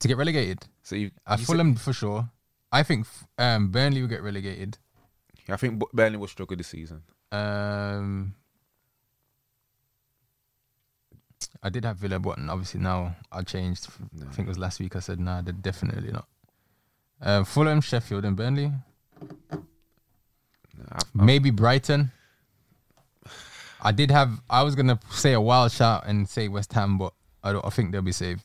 Speaker 3: To get relegated.
Speaker 2: So you,
Speaker 3: Uh,
Speaker 2: you
Speaker 3: Fulham for sure. I think f- um, Burnley will get relegated.
Speaker 2: said- I think Bu- Burnley will struggle this season.
Speaker 3: Um, I did have Villa, but obviously now I changed. I think it was last week. I said nah, they're definitely not. Uh, Fulham, Sheffield, and Burnley.
Speaker 2: Nah, I-
Speaker 3: Maybe Brighton. I did have. I was gonna say a wild shout and say West Ham, but I don't. I think they'll be saved.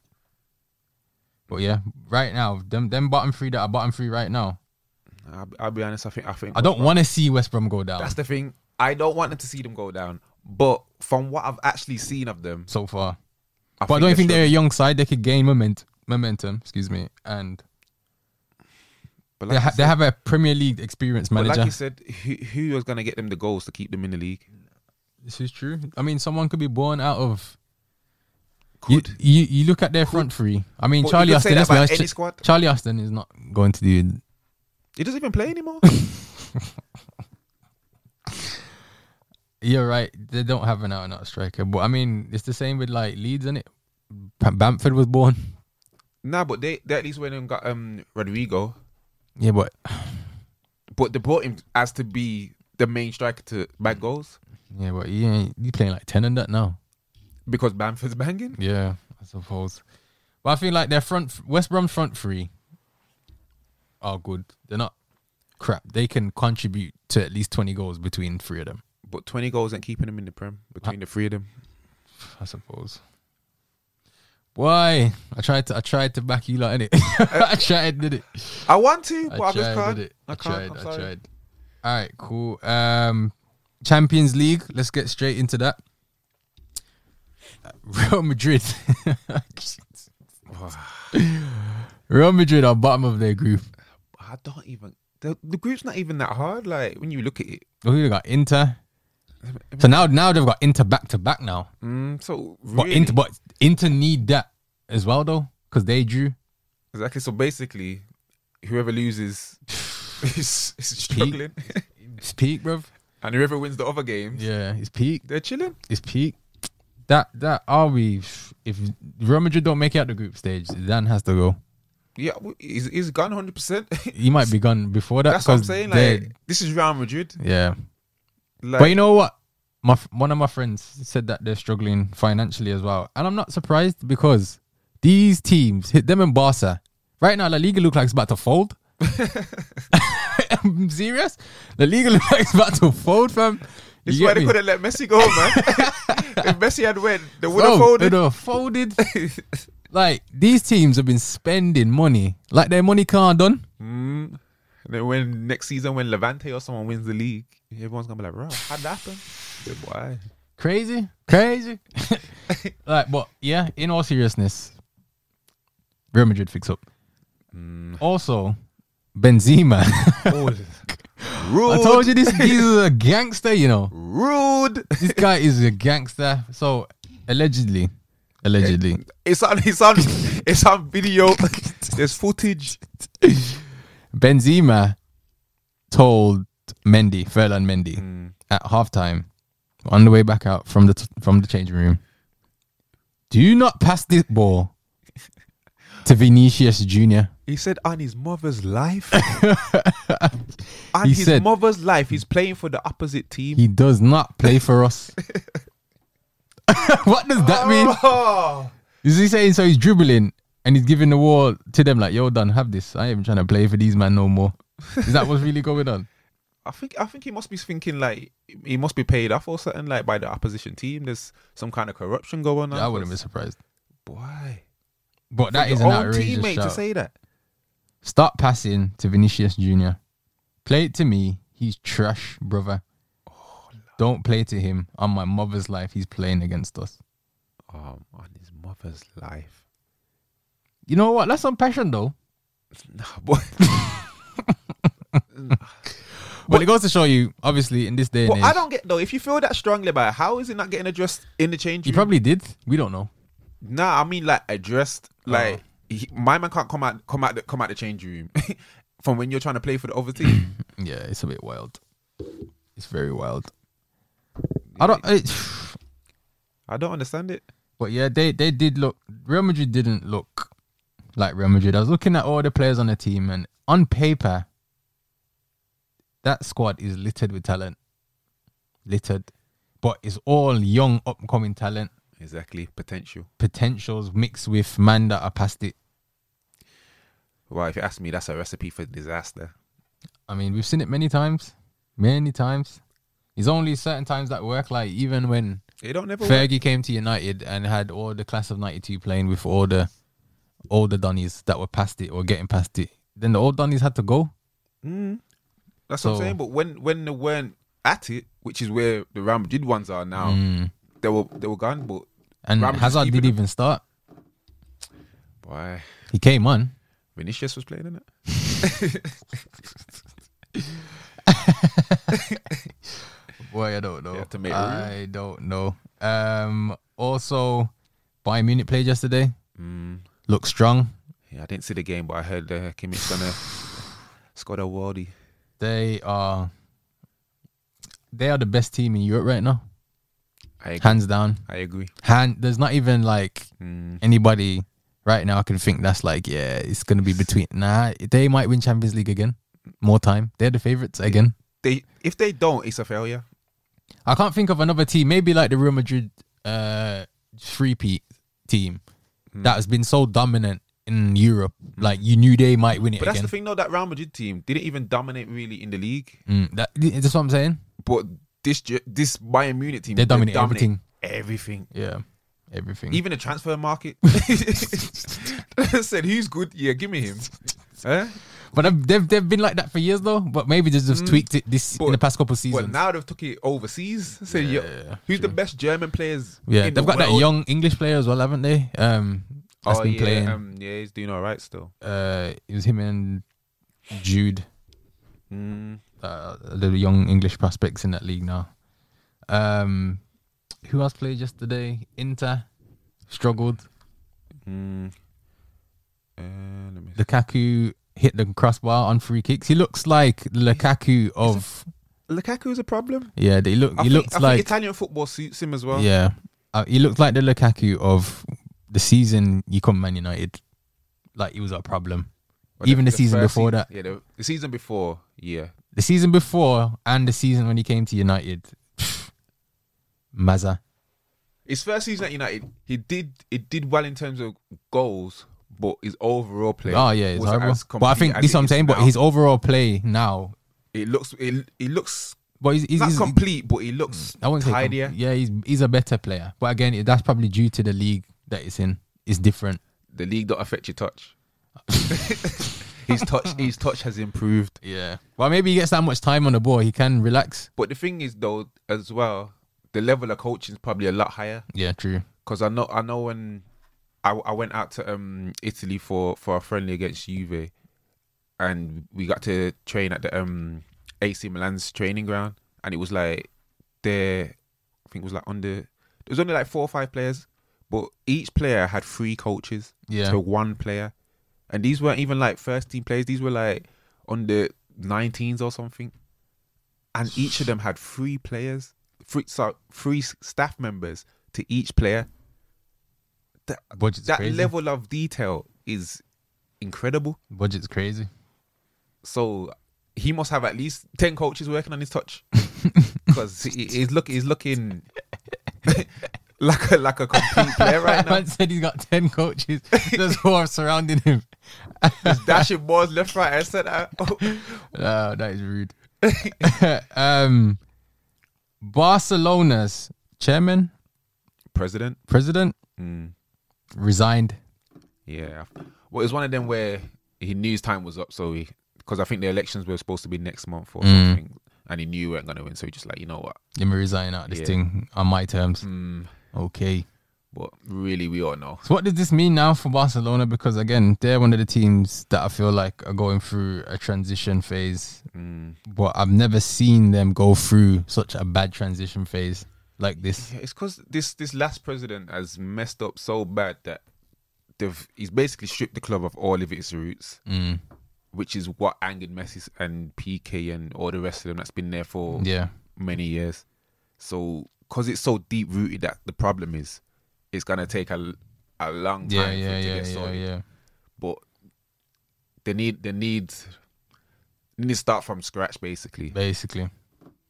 Speaker 3: But yeah, right now, them them bottom three that are bottom three right now.
Speaker 2: I'll, I'll be honest. I think I think
Speaker 3: I don't want to see West Brom go down
Speaker 2: That's the thing. I don't want them to see them go down. But from what I've actually seen of them,
Speaker 3: so far.
Speaker 2: I
Speaker 3: But I don't think
Speaker 2: struggling.
Speaker 3: they're a young side. They could gain moment, momentum. Excuse me, and
Speaker 2: But
Speaker 3: they,
Speaker 2: like
Speaker 3: ha-
Speaker 2: you
Speaker 3: they
Speaker 2: said-
Speaker 3: have a Premier League experience
Speaker 2: but
Speaker 3: manager.
Speaker 2: like you said, who who is going to get them the goals to keep them in the league?
Speaker 3: this is true. I mean, someone could be born out of You,
Speaker 2: Could.
Speaker 3: you you look at their front three. I mean,
Speaker 2: Well, you
Speaker 3: Charlie
Speaker 2: could say
Speaker 3: Austin.
Speaker 2: that
Speaker 3: Let's be
Speaker 2: about
Speaker 3: honest,
Speaker 2: any
Speaker 3: Ch-
Speaker 2: squad.
Speaker 3: Charlie Austin is not going to do.
Speaker 2: He doesn't even play anymore. <laughs>
Speaker 3: You're right. They don't have an out and out striker. But I mean, it's the same with like Leeds, isn't it? Bam- Bamford was born.
Speaker 2: nah, but they, they at least went and got um Rodrigo.
Speaker 3: Yeah, but
Speaker 2: But they brought him as to be the main striker to bag goals
Speaker 3: yeah, but you ain't you playing like ten and that now.
Speaker 2: because Bamford's <laughs> banging.
Speaker 3: Yeah, I suppose. But I feel like their front West Brom front three are good. They're not crap. They can contribute to at least twenty goals between three of them.
Speaker 2: But 20 goals ain't keeping him in the Prem between the three of them.
Speaker 3: I suppose. Why? I tried to I tried to back you lot in it. <laughs> I tried, did it.
Speaker 2: I want to, but I,
Speaker 3: I
Speaker 2: just
Speaker 3: tried,
Speaker 2: can't.
Speaker 3: did it.
Speaker 2: I
Speaker 3: I
Speaker 2: can't.
Speaker 3: tried,
Speaker 2: I'm
Speaker 3: I
Speaker 2: sorry.
Speaker 3: tried. All right, cool. Um Champions League, let's get straight into that. <laughs> Real Madrid. <laughs> Real Madrid are bottom of their group.
Speaker 2: I don't even. The, the group's not even that hard. Like when you look at it,
Speaker 3: Oh, they got Inter. So now, now they've got Inter back to back now.
Speaker 2: mm, so
Speaker 3: But
Speaker 2: really,
Speaker 3: Inter, but Inter need that as well though, because they drew.
Speaker 2: exactly. So basically, whoever loses <laughs> is, is struggling, <laughs>
Speaker 3: It's peak, bruv.
Speaker 2: and whoever wins the other games,
Speaker 3: Yeah, it's peak.
Speaker 2: they're chilling.
Speaker 3: It's peak. That that are we? If Real Madrid don't make it out the group stage, Dan has to go.
Speaker 2: Yeah, w- he's, he's gone hundred percent. <laughs>
Speaker 3: He might be gone before that.
Speaker 2: That's what I'm
Speaker 3: 'cause
Speaker 2: saying.
Speaker 3: they-
Speaker 2: Like this is Real Madrid.
Speaker 3: yeah.
Speaker 2: Like,
Speaker 3: but you know what? My f- one of my friends said that they're struggling financially as well, and I'm not surprised because these teams hit them in Barca right now. La Liga look like it's about to fold. <laughs> I'm serious. La Liga look like it's about to fold, fam.
Speaker 2: this is
Speaker 3: You get
Speaker 2: why they
Speaker 3: me?
Speaker 2: couldn't let Messi
Speaker 3: <laughs>
Speaker 2: go, man. <laughs> if Messi had went, they would
Speaker 3: Bro,
Speaker 2: have folded.
Speaker 3: they'd have Oh, folded.
Speaker 2: <laughs>
Speaker 3: like these teams have been spending money like their money can't done.
Speaker 2: Mm. And then when next season, when Levante or someone wins the league, everyone's gonna be like, "Bro, how'd that happen?" Good boy.
Speaker 3: Crazy, crazy. <laughs> like, but yeah, in all seriousness, Real Madrid fix up. Also, Benzema. <laughs>
Speaker 2: Rude.
Speaker 3: I told you this he's a gangster, you know. <laughs>
Speaker 2: Rude.
Speaker 3: This guy is a gangster. So allegedly, allegedly,
Speaker 2: It's on. It's
Speaker 3: <laughs>
Speaker 2: on. it's on video. There's footage.
Speaker 3: Benzema told Mendy, Ferland Mendy,
Speaker 2: Hmm.
Speaker 3: at halftime, on the way back out from the from the changing room, "Do not pass this ball to Vinicius Junior."
Speaker 2: He said on his
Speaker 3: <laughs>
Speaker 2: mother's life. on
Speaker 3: He
Speaker 2: his
Speaker 3: said-
Speaker 2: mother's life, he's playing for the opposite team.
Speaker 3: He does not play for us. <laughs> what does that mean?
Speaker 2: Oh.
Speaker 3: Is he saying so? He's dribbling and he's giving the wall to them like, "Yo, done, have this. I ain't even trying to play for these man no more." Is that what's really going
Speaker 2: <laughs>
Speaker 3: on?
Speaker 2: I think I think he must be thinking like he must be paid off or something like by the opposition team. There's some kind of corruption going on.
Speaker 3: I wouldn't be surprised.
Speaker 2: Why?
Speaker 3: But that
Speaker 2: Your
Speaker 3: is an
Speaker 2: own
Speaker 3: outrageous
Speaker 2: teammate to
Speaker 3: shout.
Speaker 2: say that.
Speaker 3: Start passing to Vinicius Junior. Play it to me. He's trash, brother. Don't play to him. On my mother's life, he's playing against us.
Speaker 2: Um, on his mother's life. <laughs>
Speaker 3: You know what? That's some passion, though.
Speaker 2: Nah, boy.
Speaker 3: But it goes to show you, obviously, in this day and
Speaker 2: But I
Speaker 3: age,
Speaker 2: don't get though. If you feel that strongly about it, how is it not getting addressed in the change?
Speaker 3: he
Speaker 2: room?
Speaker 3: probably did. We don't know.
Speaker 2: Nah, I mean like addressed. Like he, my man can't come out, come out, the, come out the change room <laughs> from when you're trying to play for the other <clears throat> team.
Speaker 3: Yeah, it's a bit wild. It's very wild. I don't. It, <sighs>
Speaker 2: I don't understand it.
Speaker 3: But yeah, they they did look. Real Madrid didn't look like Real Madrid. I was looking at all the players on the team, and on paper, that squad is littered with talent, littered, but it's all young, upcoming talent,
Speaker 2: Exactly, potential.
Speaker 3: potentials mixed with man that are past it.
Speaker 2: Well, if you ask me, that's a recipe for disaster.
Speaker 3: I mean, we've seen it many times, many times. It's only certain times that work. Like even when
Speaker 2: They don't never. work.
Speaker 3: Fergie came to United and had all the class of '92 playing with all the all the Donnies that were past it or getting past it. Then the old Donnies had to go.
Speaker 2: That's what I'm
Speaker 3: so-
Speaker 2: saying. But when when they weren't at it, which is where the Real Madrid ones are now,
Speaker 3: Mm.
Speaker 2: they were they were gone. But
Speaker 3: And
Speaker 2: Ram just
Speaker 3: Hazard
Speaker 2: keeping
Speaker 3: didn't
Speaker 2: them-
Speaker 3: even start.
Speaker 2: why
Speaker 3: He came on.
Speaker 2: Vinicius was playing in it.
Speaker 3: Boy, I don't know.
Speaker 2: Yeah, to make room.
Speaker 3: I don't know. Um, also, Bayern Munich played yesterday.
Speaker 2: Mm.
Speaker 3: Looked strong.
Speaker 2: Yeah, I didn't see the game, but I heard uh, Kimmich <sighs> gonna scored a worldie.
Speaker 3: They are they are the best team in Europe right now,
Speaker 2: I agree.
Speaker 3: hands down.
Speaker 2: I agree.
Speaker 3: Hand there's not even like
Speaker 2: Mm.
Speaker 3: anybody right now can think that's like yeah it's gonna be between nah they might win Champions League again more time they're the favorites again.
Speaker 2: They if they don't, it's a failure.
Speaker 3: I can't think of another team. Maybe like the Real Madrid uh three-peat team
Speaker 2: Mm.
Speaker 3: that has been so dominant in Europe. Like you knew they might win it
Speaker 2: But that's
Speaker 3: again.
Speaker 2: the thing, though. That Real Madrid team didn't even dominate really in the league.
Speaker 3: Mm, that, that's what I'm saying.
Speaker 2: But this Ge- this Bayern Munich team,
Speaker 3: They
Speaker 2: they've
Speaker 3: dominate Mm.
Speaker 2: dominated everything.
Speaker 3: Yeah, everything.
Speaker 2: Even the transfer
Speaker 3: <laughs>
Speaker 2: market. <laughs> said, who's good? Yeah,
Speaker 3: <laughs>
Speaker 2: give me him. Eh? Huh?
Speaker 3: but I've- they've they've been like that for years though. But maybe they just tweaked it this in
Speaker 2: Mm. But-
Speaker 3: the past couple of
Speaker 2: But
Speaker 3: seasons.
Speaker 2: now they've took it overseas. So yeah,
Speaker 3: Yeah,
Speaker 2: who's the best German players?
Speaker 3: yeah,
Speaker 2: in
Speaker 3: they've
Speaker 2: the
Speaker 3: got that
Speaker 2: world?
Speaker 3: young English player as well, haven't they? Um, that's
Speaker 2: Oh
Speaker 3: been
Speaker 2: yeah,
Speaker 3: playing.
Speaker 2: um, yeah, he's doing all right still.
Speaker 3: uh, it was him and Jude.
Speaker 2: Mm.
Speaker 3: uh, the young English prospects in that league now. Um, who else played yesterday? Inter struggled.
Speaker 2: Mm. Uh, let me see.
Speaker 3: Lukaku hit the crossbar on free kicks. He looks like Lukaku of
Speaker 2: Lukaku's a problem.
Speaker 3: yeah. He look.
Speaker 2: I
Speaker 3: He
Speaker 2: think, I
Speaker 3: looks
Speaker 2: think
Speaker 3: like
Speaker 2: Italian football suits him as well.
Speaker 3: yeah. Uh, he looked like the Lukaku of the season you come Man United. Like he was a problem.
Speaker 2: But
Speaker 3: Even the season
Speaker 2: first
Speaker 3: before
Speaker 2: season-
Speaker 3: that.
Speaker 2: Yeah, the, the season before. Yeah,
Speaker 3: The season before and the season when he came to United. Mazza.
Speaker 2: his first season at United, he did it did well in terms of goals, but his overall play.
Speaker 3: Oh yeah, it's
Speaker 2: was
Speaker 3: horrible.
Speaker 2: as
Speaker 3: But I think
Speaker 2: complete as
Speaker 3: this is
Speaker 2: it
Speaker 3: what I'm
Speaker 2: is
Speaker 3: saying. But
Speaker 2: now.
Speaker 3: his overall play now
Speaker 2: it looks it, it looks
Speaker 3: But he's, he's,
Speaker 2: not
Speaker 3: he's- Mm.
Speaker 2: complete, but he looks
Speaker 3: I wouldn't say com-
Speaker 2: tidier.
Speaker 3: yeah, he's he's a better player. But again, it- that's probably due to the league that it's in. It's different.
Speaker 2: The league don't affect
Speaker 3: <laughs>
Speaker 2: your touch. his touch, his touch has improved.
Speaker 3: Yeah. Well, maybe he gets that much time on the ball, he can relax.
Speaker 2: But the thing is, though, as well, the level of coaching is probably a lot higher.
Speaker 3: Yeah, true.
Speaker 2: Because I know, I know when I, I went out to um Italy for for a friendly against Juve, and we got to train at the um AC Milan's training ground, and it was like there, I think it was like under there was only like four or five players, but each player had three coaches
Speaker 3: Yeah.
Speaker 2: to one player, and these weren't even like first team players; these were like under 19s or something, and each of them had three players, three so three s- staff members to each player. That
Speaker 3: Budget's
Speaker 2: that
Speaker 3: crazy.
Speaker 2: level of detail is incredible.
Speaker 3: Budget's crazy.
Speaker 2: So he must have at least ten coaches working on his touch because he's look he's looking <laughs> like a like a complete player right
Speaker 3: <laughs>
Speaker 2: now.
Speaker 3: Man said he's got ten coaches
Speaker 2: <laughs>
Speaker 3: that's who are surrounding him.
Speaker 2: He's dashing balls left, right, and center.
Speaker 3: Oh, that is rude. <laughs> um, Barcelona's chairman,
Speaker 2: President.
Speaker 3: president,
Speaker 2: Mm.
Speaker 3: resigned.
Speaker 2: Yeah. Well, it was one of them where he knew his time was up, so he because I think the elections were supposed to be next month or something, and he knew he weren't going to win, so he just like you know what.
Speaker 3: Let me resign out of this
Speaker 2: Yeah. Hmm.
Speaker 3: thing on my terms. Okay.
Speaker 2: But really, we all know.
Speaker 3: So what does this mean now for Barcelona? Because again, they're one of the teams that I feel like are going through a transition phase.
Speaker 2: Hmm.
Speaker 3: But I've never seen them go through such a bad transition phase like this.
Speaker 2: <laughs> Yeah, it's because this this last president has messed up so bad that they've he's basically stripped the club of all of its roots,
Speaker 3: Mm.
Speaker 2: which is what angered Messi and PK and all the rest of them that's been there for
Speaker 3: Yeah.
Speaker 2: many years. So because it's so deep rooted that the problem is, it's gonna take a, a long time
Speaker 3: Yeah,
Speaker 2: for
Speaker 3: yeah,
Speaker 2: it to
Speaker 3: yeah,
Speaker 2: get
Speaker 3: yeah,
Speaker 2: sorted.
Speaker 3: yeah.
Speaker 2: But they need they need they need to start from scratch basically.
Speaker 3: Basically.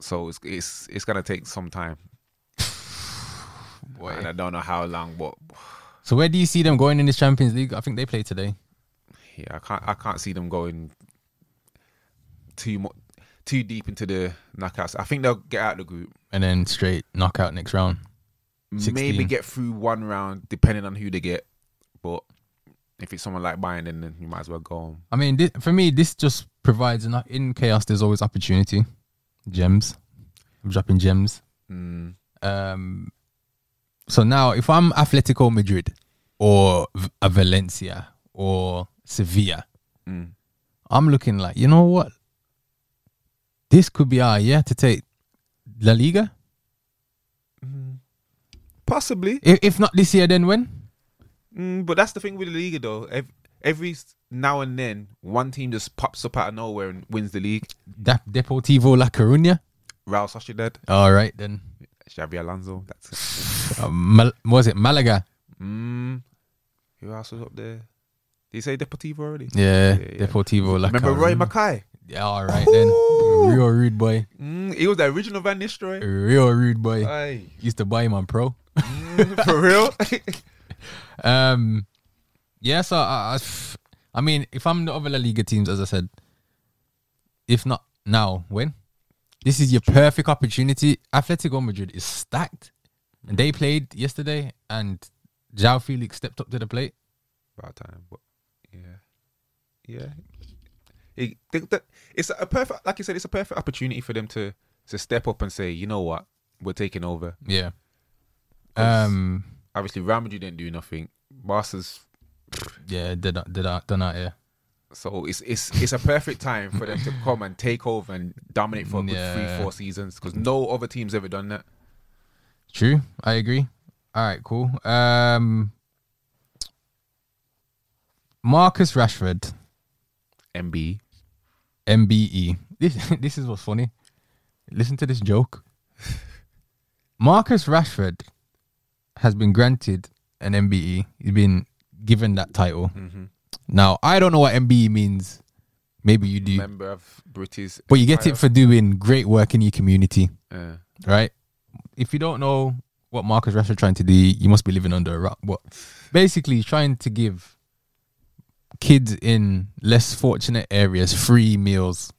Speaker 2: So it's it's it's gonna take some time, <sighs> and I
Speaker 3: Boy.
Speaker 2: don't know how long, but.
Speaker 3: So where do you see them going in this Champions League? I think they play today.
Speaker 2: yeah, I can't I can't see them going too much too deep into the knockouts. I think they'll get out of the group,
Speaker 3: And then straight knockout next round. 16.
Speaker 2: maybe get through one round depending on who they get. But if it's someone like Bayern, then you might as well go home.
Speaker 3: I mean, thi- for me, this just provides enough. In chaos, there's always opportunity. Gems. I'm dropping gems. Um, so now, if I'm Atletico Madrid or V- a Valencia or Sevilla,
Speaker 2: Mm.
Speaker 3: I'm looking like, you know what? This could be our year to take La Liga.
Speaker 2: Possibly,
Speaker 3: If, if not this year, then when?
Speaker 2: Mm, but that's the thing with the league, though. Ev- Every s- now and then, one team just pops up out of nowhere and wins the league.
Speaker 3: Da- Deportivo La Coruña.
Speaker 2: Raul Sociedad,
Speaker 3: All right then.
Speaker 2: Xavi Alonso. That's
Speaker 3: Uh, Mal- was it Malaga?
Speaker 2: mm, who else was up there? Did you say Deportivo already?
Speaker 3: Yeah,
Speaker 2: Yeah, yeah.
Speaker 3: Deportivo La
Speaker 2: Remember Roy
Speaker 3: Coruña.
Speaker 2: Mackay?
Speaker 3: Yeah, all right then. Real rude boy.
Speaker 2: Mm, he was the original Van Nistelrooy.
Speaker 3: Real rude boy.
Speaker 2: <laughs> Aye.
Speaker 3: Used to buy him on pro.
Speaker 2: Mm, for real?
Speaker 3: Um, yeah, so I, I, I mean, if I'm the other La Liga teams, as I said, if not now, when? This is your perfect opportunity. Atletico Madrid is stacked, and they played yesterday, and João Felix stepped up to the plate.
Speaker 2: <laughs> About time, but yeah, yeah. It- they- they- it's a perfect, like you said, it's a perfect opportunity for them to to step up and say, you know what, we're taking over.
Speaker 3: Yeah. Um.
Speaker 2: Obviously, Real Madrid didn't do nothing. Barca's
Speaker 3: Yeah. Did not. Did not. Did not. Yeah.
Speaker 2: so it's it's it's a perfect time for them to come and take over and dominate for a good
Speaker 3: Yeah.
Speaker 2: three four seasons because no other team's ever done that.
Speaker 3: True. I agree. All right. Cool. Um. Marcus Rashford.
Speaker 2: MB,
Speaker 3: MBE. E. This <laughs> this is what's funny. Listen to this joke. Marcus Rashford has been granted an MBE. He's been given that title. Now I don't know what MBE means. Maybe you do,
Speaker 2: member of British,
Speaker 3: but you get it for doing great work in your community,
Speaker 2: Uh,
Speaker 3: right? If you don't know what Marcus Rashford trying to do, you must be living under a rock. But basically, he's trying to give kids in less fortunate areas free meals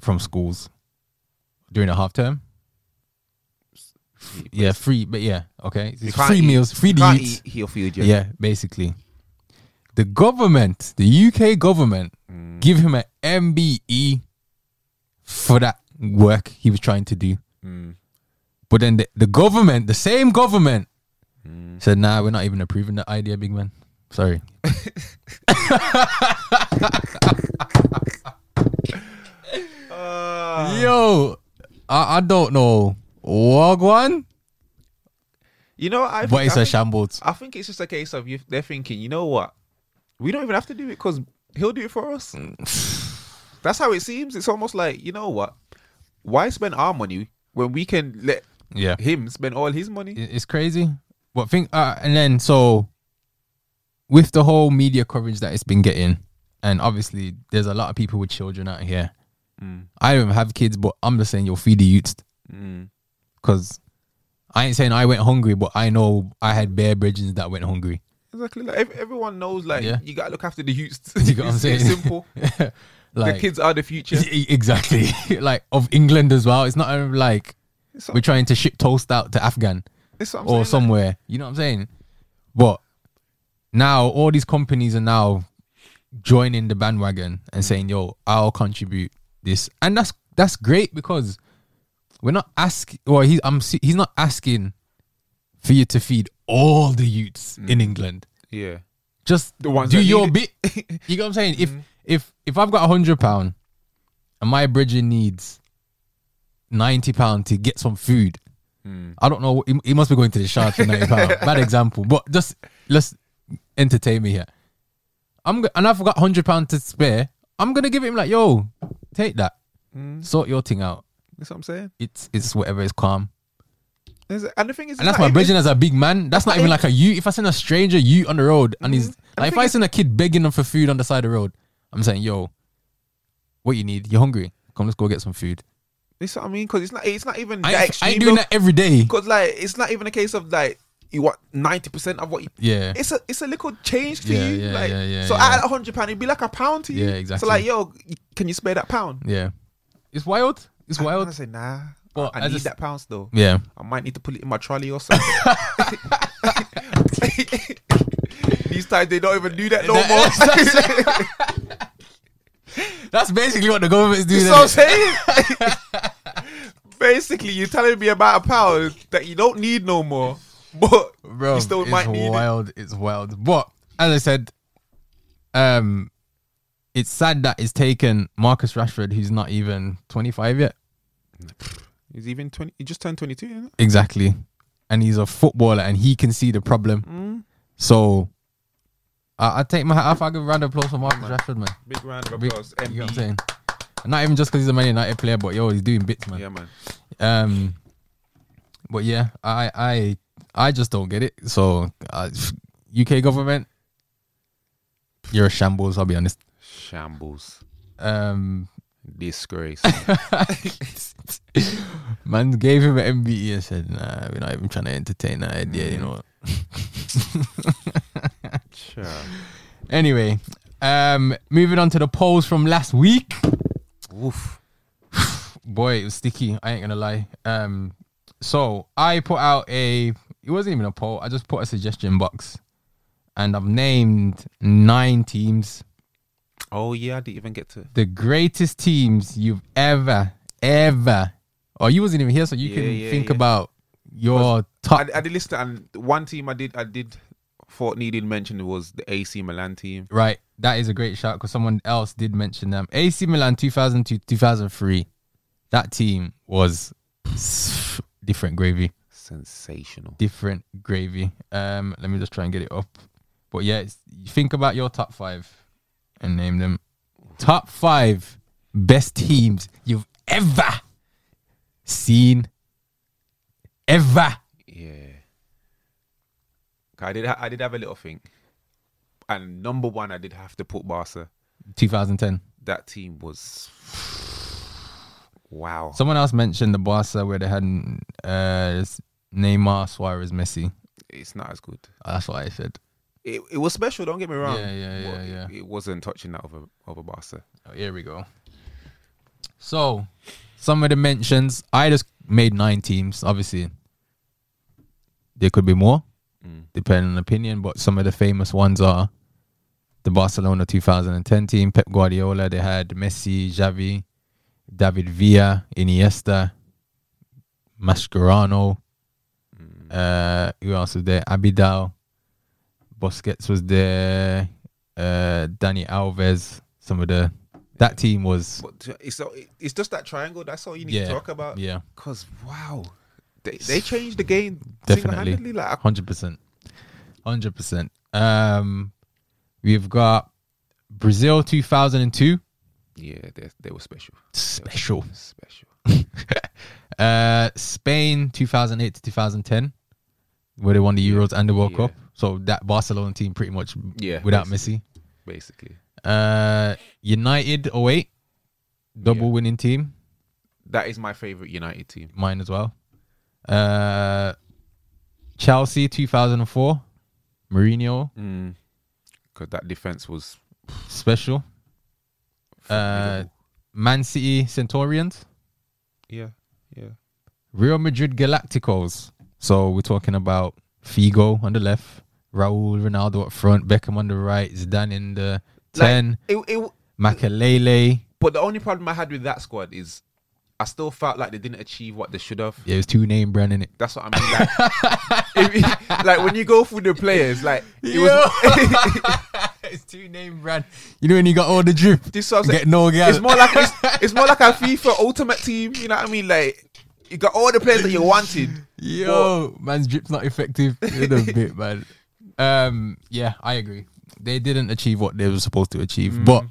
Speaker 3: from schools during a half term. Yeah, free, but yeah, okay.
Speaker 2: you
Speaker 3: It's
Speaker 2: can't
Speaker 3: free
Speaker 2: eat-
Speaker 3: meals, free
Speaker 2: you
Speaker 3: to
Speaker 2: can't
Speaker 3: eat.
Speaker 2: eat Heel food,
Speaker 3: Yeah. basically. The government, the UK government, give him an MBE E for that work he was trying to do. But then the, the government, the same government, said, nah, we're not even approving that idea, big man. Sorry.
Speaker 2: Uh,
Speaker 3: Yo, I, I don't know. Wagwan?
Speaker 2: You know, I
Speaker 3: But
Speaker 2: think-
Speaker 3: it's
Speaker 2: I
Speaker 3: a
Speaker 2: think-
Speaker 3: shambles.
Speaker 2: I think it's just a case of you, they're thinking, you know what? We don't even have to do it because he'll do it for
Speaker 3: <sighs>
Speaker 2: us. That's how it seems. It's almost like, you know what? Why spend our money when we can let
Speaker 3: Yeah.
Speaker 2: him spend all his money?
Speaker 3: it- it's crazy. But think, uh, and then so with the whole media coverage that it's been getting, and obviously there's a lot of people with children out here. I don't have kids, but I'm just saying you'll feed the youths
Speaker 2: Mm.
Speaker 3: because I ain't saying I went hungry, but I know I had bare bridges that went
Speaker 2: <laughs>
Speaker 3: hungry.
Speaker 2: Exactly. Like, ev- everyone knows, like,
Speaker 3: Yeah.
Speaker 2: you got to look after the youths.
Speaker 3: <laughs> You
Speaker 2: <laughs>
Speaker 3: got what I'm
Speaker 2: it's,
Speaker 3: saying?
Speaker 2: it's simple.
Speaker 3: like
Speaker 2: the kids are the future.
Speaker 3: e- exactly, <laughs> like of England as well. It's not um, like
Speaker 2: It's what-
Speaker 3: we're trying to ship toast out to Afghan.
Speaker 2: it's what I'm
Speaker 3: or
Speaker 2: saying, like,
Speaker 3: somewhere. You know what I'm saying? But now all these companies are now joining the bandwagon and saying, "Yo, I'll contribute this," and that's that's great because we're not asking. Well, he's I'm se- he's not asking for you to feed all the youths in England.
Speaker 2: yeah.
Speaker 3: Just
Speaker 2: The ones
Speaker 3: do
Speaker 2: that
Speaker 3: your
Speaker 2: need Mm-hmm.
Speaker 3: bit. <laughs> you know what I'm saying? If if if I've got a hundred pound and my bridging needs ninety pound to get some food,
Speaker 2: Hmm.
Speaker 3: I don't know. He, he must be going to the shard for ninety
Speaker 2: <laughs>
Speaker 3: pound. Bad example, but just let's entertain me here. I'm go- and I've got hundred pound to spare. I'm gonna give him like, yo, take that,
Speaker 2: Hmm.
Speaker 3: sort your thing out.
Speaker 2: That's what I'm saying.
Speaker 3: It's it's whatever is calm.
Speaker 2: It's- And the thing is,
Speaker 3: And that's my bridging
Speaker 2: bridging.
Speaker 3: as a big man. That's not even like a you. If I send a stranger you on the road and
Speaker 2: Mm-hmm.
Speaker 3: he's like, if
Speaker 2: think
Speaker 3: I send a kid begging them for food on the side of the road, I'm saying, yo, what you need? You're hungry? Come, let's go get some food.
Speaker 2: That's what I mean. Because it's not, it's not even
Speaker 3: I,
Speaker 2: that
Speaker 3: ain't- I
Speaker 2: extreme.
Speaker 3: ain't doing
Speaker 2: though.
Speaker 3: that every day.
Speaker 2: Because like it's not even a case of like you want ninety percent of what you.
Speaker 3: Yeah.
Speaker 2: It's a it's a little change to
Speaker 3: Yeah,
Speaker 2: you.
Speaker 3: yeah,
Speaker 2: like,
Speaker 3: yeah, yeah,
Speaker 2: so
Speaker 3: yeah.
Speaker 2: at a hundred pound, it'd be like a pound to you.
Speaker 3: Yeah, exactly.
Speaker 2: So like, yo, can you spare that pound?
Speaker 3: Yeah, it's wild. It's
Speaker 2: I
Speaker 3: wild.
Speaker 2: say nah.
Speaker 3: Well,
Speaker 2: I,
Speaker 3: I
Speaker 2: need
Speaker 3: just-
Speaker 2: that pound still.
Speaker 3: Yeah.
Speaker 2: I might need to put it in my trolley
Speaker 3: <laughs>
Speaker 2: or something. <laughs> These times they don't even do that no more.
Speaker 3: <laughs>
Speaker 2: <laughs>
Speaker 3: That's basically what the government's doing.
Speaker 2: That's what I'm
Speaker 3: innit?
Speaker 2: saying. <laughs> Basically, you're telling me about a pound that you don't need no more, <laughs> but
Speaker 3: Bro,
Speaker 2: you still
Speaker 3: it's
Speaker 2: might need it.
Speaker 3: wild. It's wild. But as I said, um, it's sad that it's taken Marcus Rashford, who's not even 25 yet.
Speaker 2: He's even twenty. He just turned twenty-two. You know?
Speaker 3: Exactly. And he's a footballer and he can see the problem. So I, I take my hat off. I give a round of applause for Marcus Rashford, man.
Speaker 2: Big round of
Speaker 3: We-
Speaker 2: applause. E.
Speaker 3: You know what I'm
Speaker 2: MB.
Speaker 3: saying? And not even just because he's a Man United player, but yo, he's doing bits, man.
Speaker 2: Yeah, man.
Speaker 3: Um, but yeah, I I I just don't get it. So uh, UK government, you're a shambles. I'll be honest.
Speaker 2: Shambles.
Speaker 3: Um, <laughs>
Speaker 2: Disgrace.
Speaker 3: man gave him an MBE and said, "Nah, we're not even trying to entertain that idea." You know.
Speaker 2: Sure.
Speaker 3: Anyway, um, moving on to the polls from last week.
Speaker 2: Woof.
Speaker 3: boy, it was sticky. I ain't gonna lie. Um, so I put out a. It wasn't even a poll. I just put a suggestion box, and I've named nine teams,
Speaker 2: Oh yeah, I didn't even get to.
Speaker 3: the greatest teams you've ever, ever. Or you wasn't even here, so you
Speaker 2: Yeah,
Speaker 3: can
Speaker 2: yeah,
Speaker 3: think
Speaker 2: yeah.
Speaker 3: about your top.
Speaker 2: I, I did listen, and one team I did, I did thought needed mention was the AC Milan team.
Speaker 3: right, that is a great shout because someone else did mention them. AC Milan, two thousand two, two thousand three. That team was <sighs> different gravy.
Speaker 2: Sensational.
Speaker 3: different gravy. Um, let me just try and get it up. But yeah, it's, you think about your top five and name them. Top five best teams you've ever seen. Ever.
Speaker 2: Yeah. 'Cause I did. Ha- I did have a little thing, and number one, I did have to put Barca.
Speaker 3: 2010.
Speaker 2: That team was <sighs> wow.
Speaker 3: Someone else mentioned the Barca where they had uh, Neymar, Suarez, Messi.
Speaker 2: it's not as good.
Speaker 3: That's what I said.
Speaker 2: It, it was special. Don't get me wrong.
Speaker 3: Yeah, yeah, yeah,
Speaker 2: but
Speaker 3: yeah.
Speaker 2: It, it wasn't touching that over over Barca.
Speaker 3: Oh, here we go. So, some of the mentions. I just made nine teams. Obviously, there could be more, depending on opinion. But some of the famous ones are the Barcelona 2010 team, Pep Guardiola. They had Messi, Xavi, David Villa, Iniesta, Mascherano. Uh, who else was there? Abidal, Busquets was there. Uh, Danny Alves. Some of the that team was
Speaker 2: But it's so- it's just that triangle. That's all you need
Speaker 3: yeah
Speaker 2: to talk about.
Speaker 3: yeah
Speaker 2: Cause wow, they they changed the game
Speaker 3: definitely
Speaker 2: single-handedly. Like
Speaker 3: hundred percent hundred percent. Um, we've got Brazil two thousand and two
Speaker 2: yeah, they they were special,
Speaker 3: special.
Speaker 2: special.
Speaker 3: Uh, Spain two thousand eight to two thousand ten. Where they won the Euros and the World
Speaker 2: yeah.
Speaker 3: Cup, so that Barcelona team pretty much
Speaker 2: Yeah,
Speaker 3: without
Speaker 2: basically.
Speaker 3: Messi.
Speaker 2: Basically,
Speaker 3: Uh, United 08, double
Speaker 2: Yeah.
Speaker 3: winning team,
Speaker 2: that is my favorite United team.
Speaker 3: mine as well. Uh, Chelsea 2004,
Speaker 2: <laughs>
Speaker 3: Mourinho
Speaker 2: Mm. Cause that defense was
Speaker 3: special. Uh,
Speaker 2: formidable.
Speaker 3: Man City Centurions,
Speaker 2: yeah, yeah,
Speaker 3: Real Madrid Galacticos. So we're talking about Figo on the left, Raul Ronaldo up front, Beckham on the right, Zidane in the
Speaker 2: Like,
Speaker 3: ten,
Speaker 2: it, it
Speaker 3: Makalele.
Speaker 2: But the only problem I had with that squad is I still felt like they didn't achieve what they should have.
Speaker 3: Yeah, it was two name brand in it.
Speaker 2: That's what I mean. Like,
Speaker 3: <laughs>
Speaker 2: if- like, when you go through the players, like it <laughs> was.
Speaker 3: <laughs> it's two name brand. You know when you got all the drip,
Speaker 2: this is what I'm saying.
Speaker 3: get no girl.
Speaker 2: It's more like it's, it's more like a FIFA Ultimate Team. You know what I mean? Like you got all the players that you wanted.
Speaker 3: Yo, man's drip's not effective. It a bit, man. Um, yeah, I agree. They didn't achieve what they were supposed to achieve, but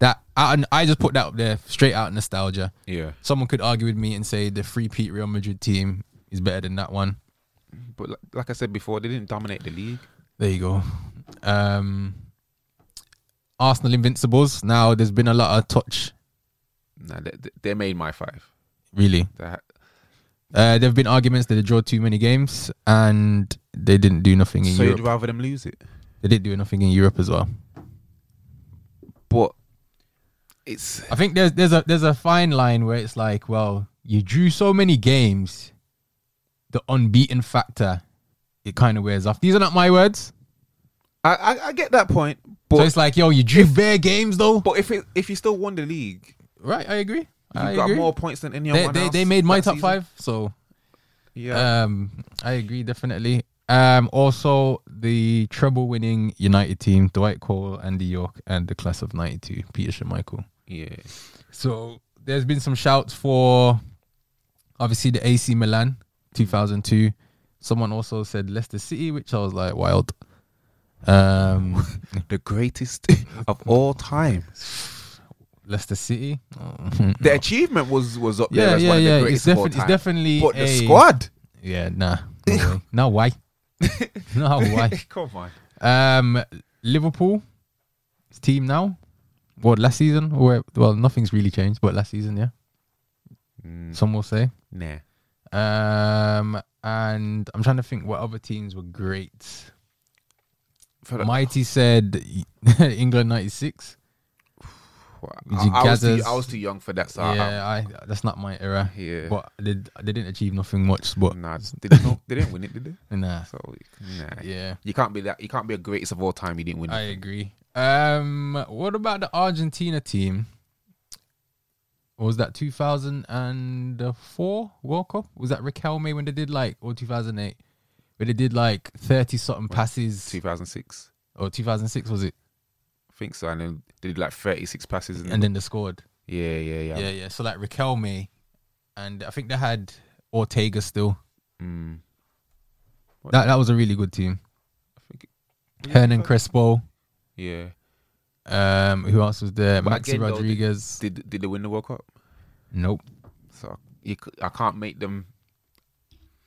Speaker 3: that I, I just put that up there straight out of nostalgia.
Speaker 2: Yeah,
Speaker 3: Someone could argue with me and say the free Pete Real Madrid team is better than that one.
Speaker 2: but like, like I said before, they didn't dominate the league.
Speaker 3: There you go. Um, Arsenal Invincibles. Now there's been a lot of touch,
Speaker 2: Nah, they, they made my five.
Speaker 3: really.
Speaker 2: That
Speaker 3: Uh, there have been arguments that they draw too many games and they didn't do nothing in
Speaker 2: so
Speaker 3: Europe.
Speaker 2: you'd rather them lose it,
Speaker 3: They didn't do nothing in Europe as well.
Speaker 2: but it's
Speaker 3: I think there's there's a there's a fine line where it's like, well, you drew so many games, the unbeaten factor, it kind of wears off. These are not my words.
Speaker 2: I I, I get that point, but
Speaker 3: so it's like, yo, you drew bare games though.
Speaker 2: but if it, if you still won the league,
Speaker 3: right, I agree.
Speaker 2: you
Speaker 3: I
Speaker 2: got
Speaker 3: agree.
Speaker 2: more points than anyone
Speaker 3: they,
Speaker 2: else.
Speaker 3: they, they made my
Speaker 2: that
Speaker 3: top
Speaker 2: season.
Speaker 3: five, so
Speaker 2: Yeah,
Speaker 3: um, I agree definitely. Um, also the treble-winning United team, Dwight Cole, Andy York, and the class of '92, Peter Schmeichel.
Speaker 2: yeah.
Speaker 3: So there's been some shouts for obviously the AC Milan 2002. Someone also said Leicester City, which I was like wild.
Speaker 2: <laughs>
Speaker 3: Um,
Speaker 2: the greatest <laughs> of all time.
Speaker 3: Leicester City. Oh.
Speaker 2: The achievement was was up there
Speaker 3: Yeah,
Speaker 2: as
Speaker 3: yeah,
Speaker 2: one of
Speaker 3: yeah.
Speaker 2: the
Speaker 3: It's,
Speaker 2: greatest of all
Speaker 3: defi- it's
Speaker 2: time.
Speaker 3: definitely.
Speaker 2: but the
Speaker 3: a-
Speaker 2: squad.
Speaker 3: <laughs> Yeah, nah. No, way. no why? <laughs> no why?
Speaker 2: <laughs> Come on.
Speaker 3: Um, Liverpool, his team now. Well, last season, where well, nothing's really changed, but last season, yeah. Some will say.
Speaker 2: Nah.
Speaker 3: Um, and I'm trying to think what other teams were great.
Speaker 2: For the-
Speaker 3: Mighty said <laughs> England '96.
Speaker 2: I, I was too,
Speaker 3: Gazzers.
Speaker 2: I was too young for that, so
Speaker 3: yeah, I, that's not my era.
Speaker 2: Yeah.
Speaker 3: but they, they didn't achieve nothing much. But
Speaker 2: I, nah,
Speaker 3: <laughs>
Speaker 2: they didn't, they didn't win it, did they?
Speaker 3: nah,
Speaker 2: So nah.
Speaker 3: yeah,
Speaker 2: You can't be that. You can't be a greatest of all time. You didn't win.
Speaker 3: I
Speaker 2: it.
Speaker 3: agree. Um, what about the Argentina team? Was that 2004 World Cup? Was that Riquelme when they did like, or 2008, where they did like 30 something passes,
Speaker 2: 2006,
Speaker 3: or 2006 was it?
Speaker 2: I think so. And then they did like 36 passes. And,
Speaker 3: And then they scored.
Speaker 2: yeah, yeah, yeah.
Speaker 3: Yeah, yeah. So like Riquelme, and I think they had Ortega still.
Speaker 2: Mm.
Speaker 3: That that was a really good team.
Speaker 2: I think it-
Speaker 3: Hernan Crespo.
Speaker 2: yeah.
Speaker 3: Um, who else was there?
Speaker 2: But
Speaker 3: Maxi
Speaker 2: again, though,
Speaker 3: Rodriguez.
Speaker 2: Did did they win the World Cup?
Speaker 3: nope.
Speaker 2: So you, c- I can't make them.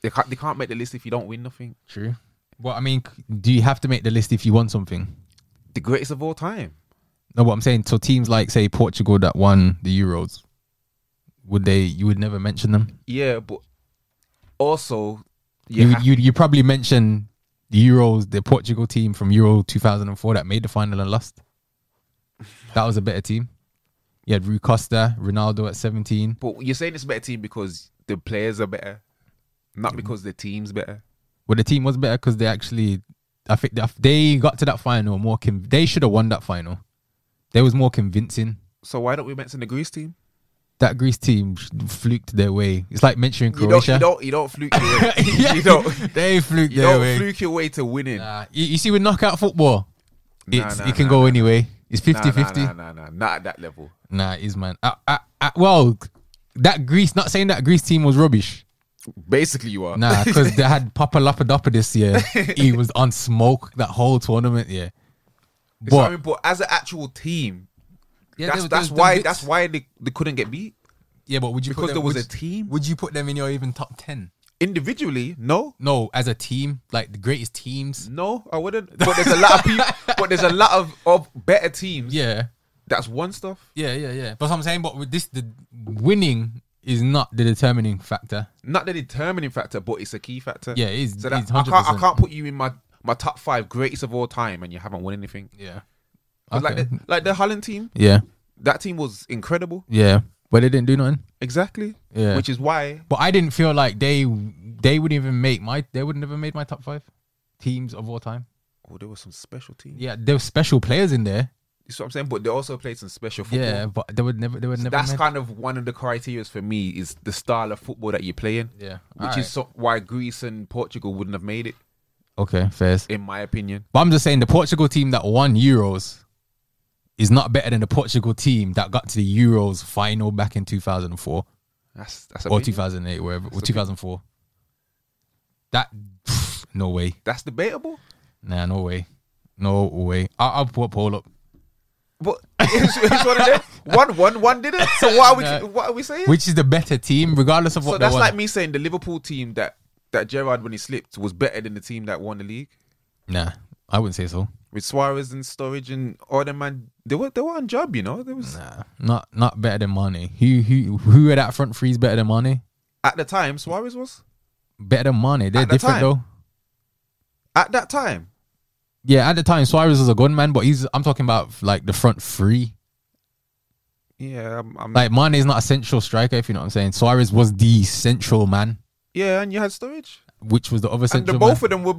Speaker 2: They can't. They can't make the list if you don't win nothing.
Speaker 3: True. Well, I mean, c- do you have to make the list if you want something?
Speaker 2: The greatest of all time.
Speaker 3: No, what I'm saying, so teams like say Portugal that won the Euros, would they? You would never mention them.
Speaker 2: Yeah, but also you
Speaker 3: You
Speaker 2: have-
Speaker 3: you you probably mention the Euros, the Portugal team from Euro 2004 that made the final and lost. That was a better team. You had Rui Costa, Ronaldo at 17.
Speaker 2: But you're saying it's a better team because the players are better,
Speaker 3: Mm-hmm.
Speaker 2: not because the team's better.
Speaker 3: Well, the team was better because they actually, I think they- they got to that final more. Conv- they should have won that final. They was more convincing.
Speaker 2: So why don't we mention the Greece team?
Speaker 3: That Greece team sh- fluked their way. It's like mentioning
Speaker 2: You don't,
Speaker 3: Croatia.
Speaker 2: you
Speaker 3: <laughs>
Speaker 2: don't, you don't fluke your way.
Speaker 3: Yeah.
Speaker 2: You don't,
Speaker 3: They fluked
Speaker 2: you
Speaker 3: their
Speaker 2: don't
Speaker 3: way.
Speaker 2: fluke your way to winning.
Speaker 3: Nah, you, you see, with knockout football,
Speaker 2: Nah,
Speaker 3: it's
Speaker 2: nah,
Speaker 3: it can
Speaker 2: nah,
Speaker 3: go
Speaker 2: nah.
Speaker 3: anyway. It's 50
Speaker 2: nah,
Speaker 3: 50.
Speaker 2: Nah, nah, nah, nah, not at that level.
Speaker 3: Nah, it is, man. Uh, uh, uh, well, that Greece, not saying that Greece team was rubbish.
Speaker 2: Basically, you are. <laughs>
Speaker 3: Nah, because they <laughs> had Papa Lapidopoulos, yeah. He was on smoke that whole tournament, yeah.
Speaker 2: So I
Speaker 3: But,
Speaker 2: mean, but as an actual team,
Speaker 3: yeah, there
Speaker 2: that's
Speaker 3: was- there
Speaker 2: that's
Speaker 3: was the
Speaker 2: why
Speaker 3: bits-
Speaker 2: that's why they, they couldn't get beat
Speaker 3: Yeah, but would you put
Speaker 2: because
Speaker 3: them,
Speaker 2: there was
Speaker 3: would
Speaker 2: a team.
Speaker 3: Would you put them in your even top ten?
Speaker 2: Individually, no,
Speaker 3: No, as a team, like the greatest teams.
Speaker 2: no, I wouldn't.
Speaker 3: <laughs>
Speaker 2: But there's a lot of people. But there's a lot of, of better teams.
Speaker 3: Yeah,
Speaker 2: that's one stuff.
Speaker 3: yeah, yeah, yeah. But I'm saying, but with this, the winning is not the determining factor.
Speaker 2: Not the determining factor, but it's a key factor.
Speaker 3: Yeah, it is-
Speaker 2: So that
Speaker 3: it's
Speaker 2: I can't I
Speaker 3: 100%.
Speaker 2: can't put you in my my top five greatest of all time, and you haven't won anything.
Speaker 3: Yeah,
Speaker 2: 'Cause Like
Speaker 3: Okay.
Speaker 2: the, like the Holland team,
Speaker 3: yeah,
Speaker 2: that team was incredible.
Speaker 3: yeah. But they didn't do nothing.
Speaker 2: Exactly.
Speaker 3: Yeah.
Speaker 2: Which is why
Speaker 3: But I didn't feel like they they would even make my they would never made my top five teams of all time.
Speaker 2: oh, there was some special team.
Speaker 3: Yeah, there were special players in there.
Speaker 2: That's what I'm saying. But they also played some special football.
Speaker 3: Yeah, but they would never they would
Speaker 2: So
Speaker 3: never.
Speaker 2: that's
Speaker 3: made-
Speaker 2: kind of one of the criteria for me is the style of football that you're playing.
Speaker 3: Yeah.
Speaker 2: Which
Speaker 3: Alright.
Speaker 2: is so, why Greece and Portugal wouldn't have made it,
Speaker 3: okay, fair.
Speaker 2: in my opinion.
Speaker 3: But I'm just saying the Portugal team that won Euros is not better than the Portugal team that got to the Euros final back in 2004
Speaker 2: That's that's a
Speaker 3: or 2008, wherever, or 2004. That, no way.
Speaker 2: that's debatable.
Speaker 3: Nah, no way. No way. I, I'll put Paul up.
Speaker 2: But <laughs> it's, it's one of them. One won, one didn't. So why are we
Speaker 3: No.
Speaker 2: what are we saying?
Speaker 3: Which is the better team, regardless of what
Speaker 2: so
Speaker 3: they
Speaker 2: that's
Speaker 3: won?
Speaker 2: like me saying the Liverpool team that that Gerard when he slipped was better than the team that won the league
Speaker 3: Nah, I wouldn't say so.
Speaker 2: with Suarez and Storage and all them man. They were they were on job, you know. There was
Speaker 3: Nah, not not better than Mane. Who who who at that front three is better than Mane?
Speaker 2: at the time Suarez was
Speaker 3: Better than Mane. They're
Speaker 2: At the
Speaker 3: different
Speaker 2: time.
Speaker 3: though.
Speaker 2: at that time.
Speaker 3: Yeah, at the time Suarez was a good man, but he's I'm talking about like the front three.
Speaker 2: Yeah, I'm, I'm
Speaker 3: Like Mane is not a central striker, if you know what I'm saying. Suarez was the central man,
Speaker 2: yeah, and you had Storage,
Speaker 3: which was the other
Speaker 2: and the
Speaker 3: central man.
Speaker 2: both of them were.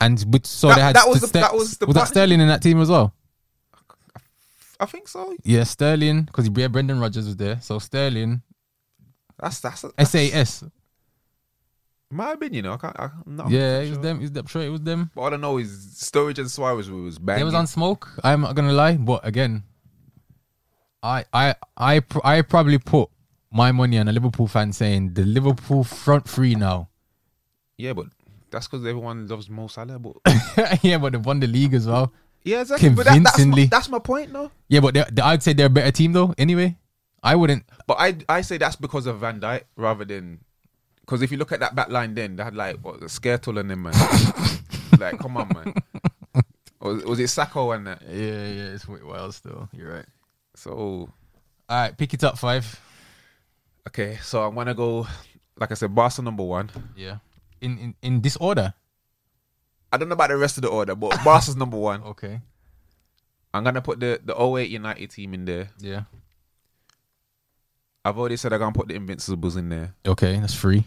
Speaker 3: and with, so
Speaker 2: That-
Speaker 3: they had
Speaker 2: that was
Speaker 3: Ste-
Speaker 2: the- that was the
Speaker 3: was that
Speaker 2: partnership.
Speaker 3: Sterling in that team as well.
Speaker 2: I think so.
Speaker 3: Yeah, Sterling because yeah, Brendan Rodgers was there. So Sterling,
Speaker 2: That's that's, that's
Speaker 3: SAS.
Speaker 2: my opinion. You know, I can't. I, I'm not
Speaker 3: yeah, it
Speaker 2: sure.
Speaker 3: was them. It was them. Sure, it was them.
Speaker 2: But all I know is Storage and Suarez was banging.
Speaker 3: They was on smoke. I'm not gonna lie, but again, I I I pr- I probably put my money on a Liverpool fan saying the Liverpool front three now <laughs>
Speaker 2: yeah, but That's because everyone loves Mo Salah, but <laughs>
Speaker 3: yeah, but they've won the league as well.
Speaker 2: yeah, exactly. But that, that's, my,
Speaker 3: Convincingly.
Speaker 2: that's my point, though.
Speaker 3: Yeah, but they're, they- I'd say they're a better team though. Anyway, I wouldn't.
Speaker 2: But I I say that's because of Van Dijk rather than because if you look at that back line, then they had like what the Skirtle
Speaker 3: <laughs>
Speaker 2: and them man. like, come on, man. Or was it Sacco and that?
Speaker 3: Yeah, yeah, it's wild still. You're right.
Speaker 2: So
Speaker 3: All right, pick it up five.
Speaker 2: okay, so I'm gonna go. Like I said, Barca number one.
Speaker 3: Yeah, in in in this order.
Speaker 2: I don't know about the rest of the order, but Barca's number one.
Speaker 3: Okay.
Speaker 2: I'm gonna put the the 08 United team in there.
Speaker 3: Yeah.
Speaker 2: I've already said I'm gonna put the Invincibles in there.
Speaker 3: Okay, that's free.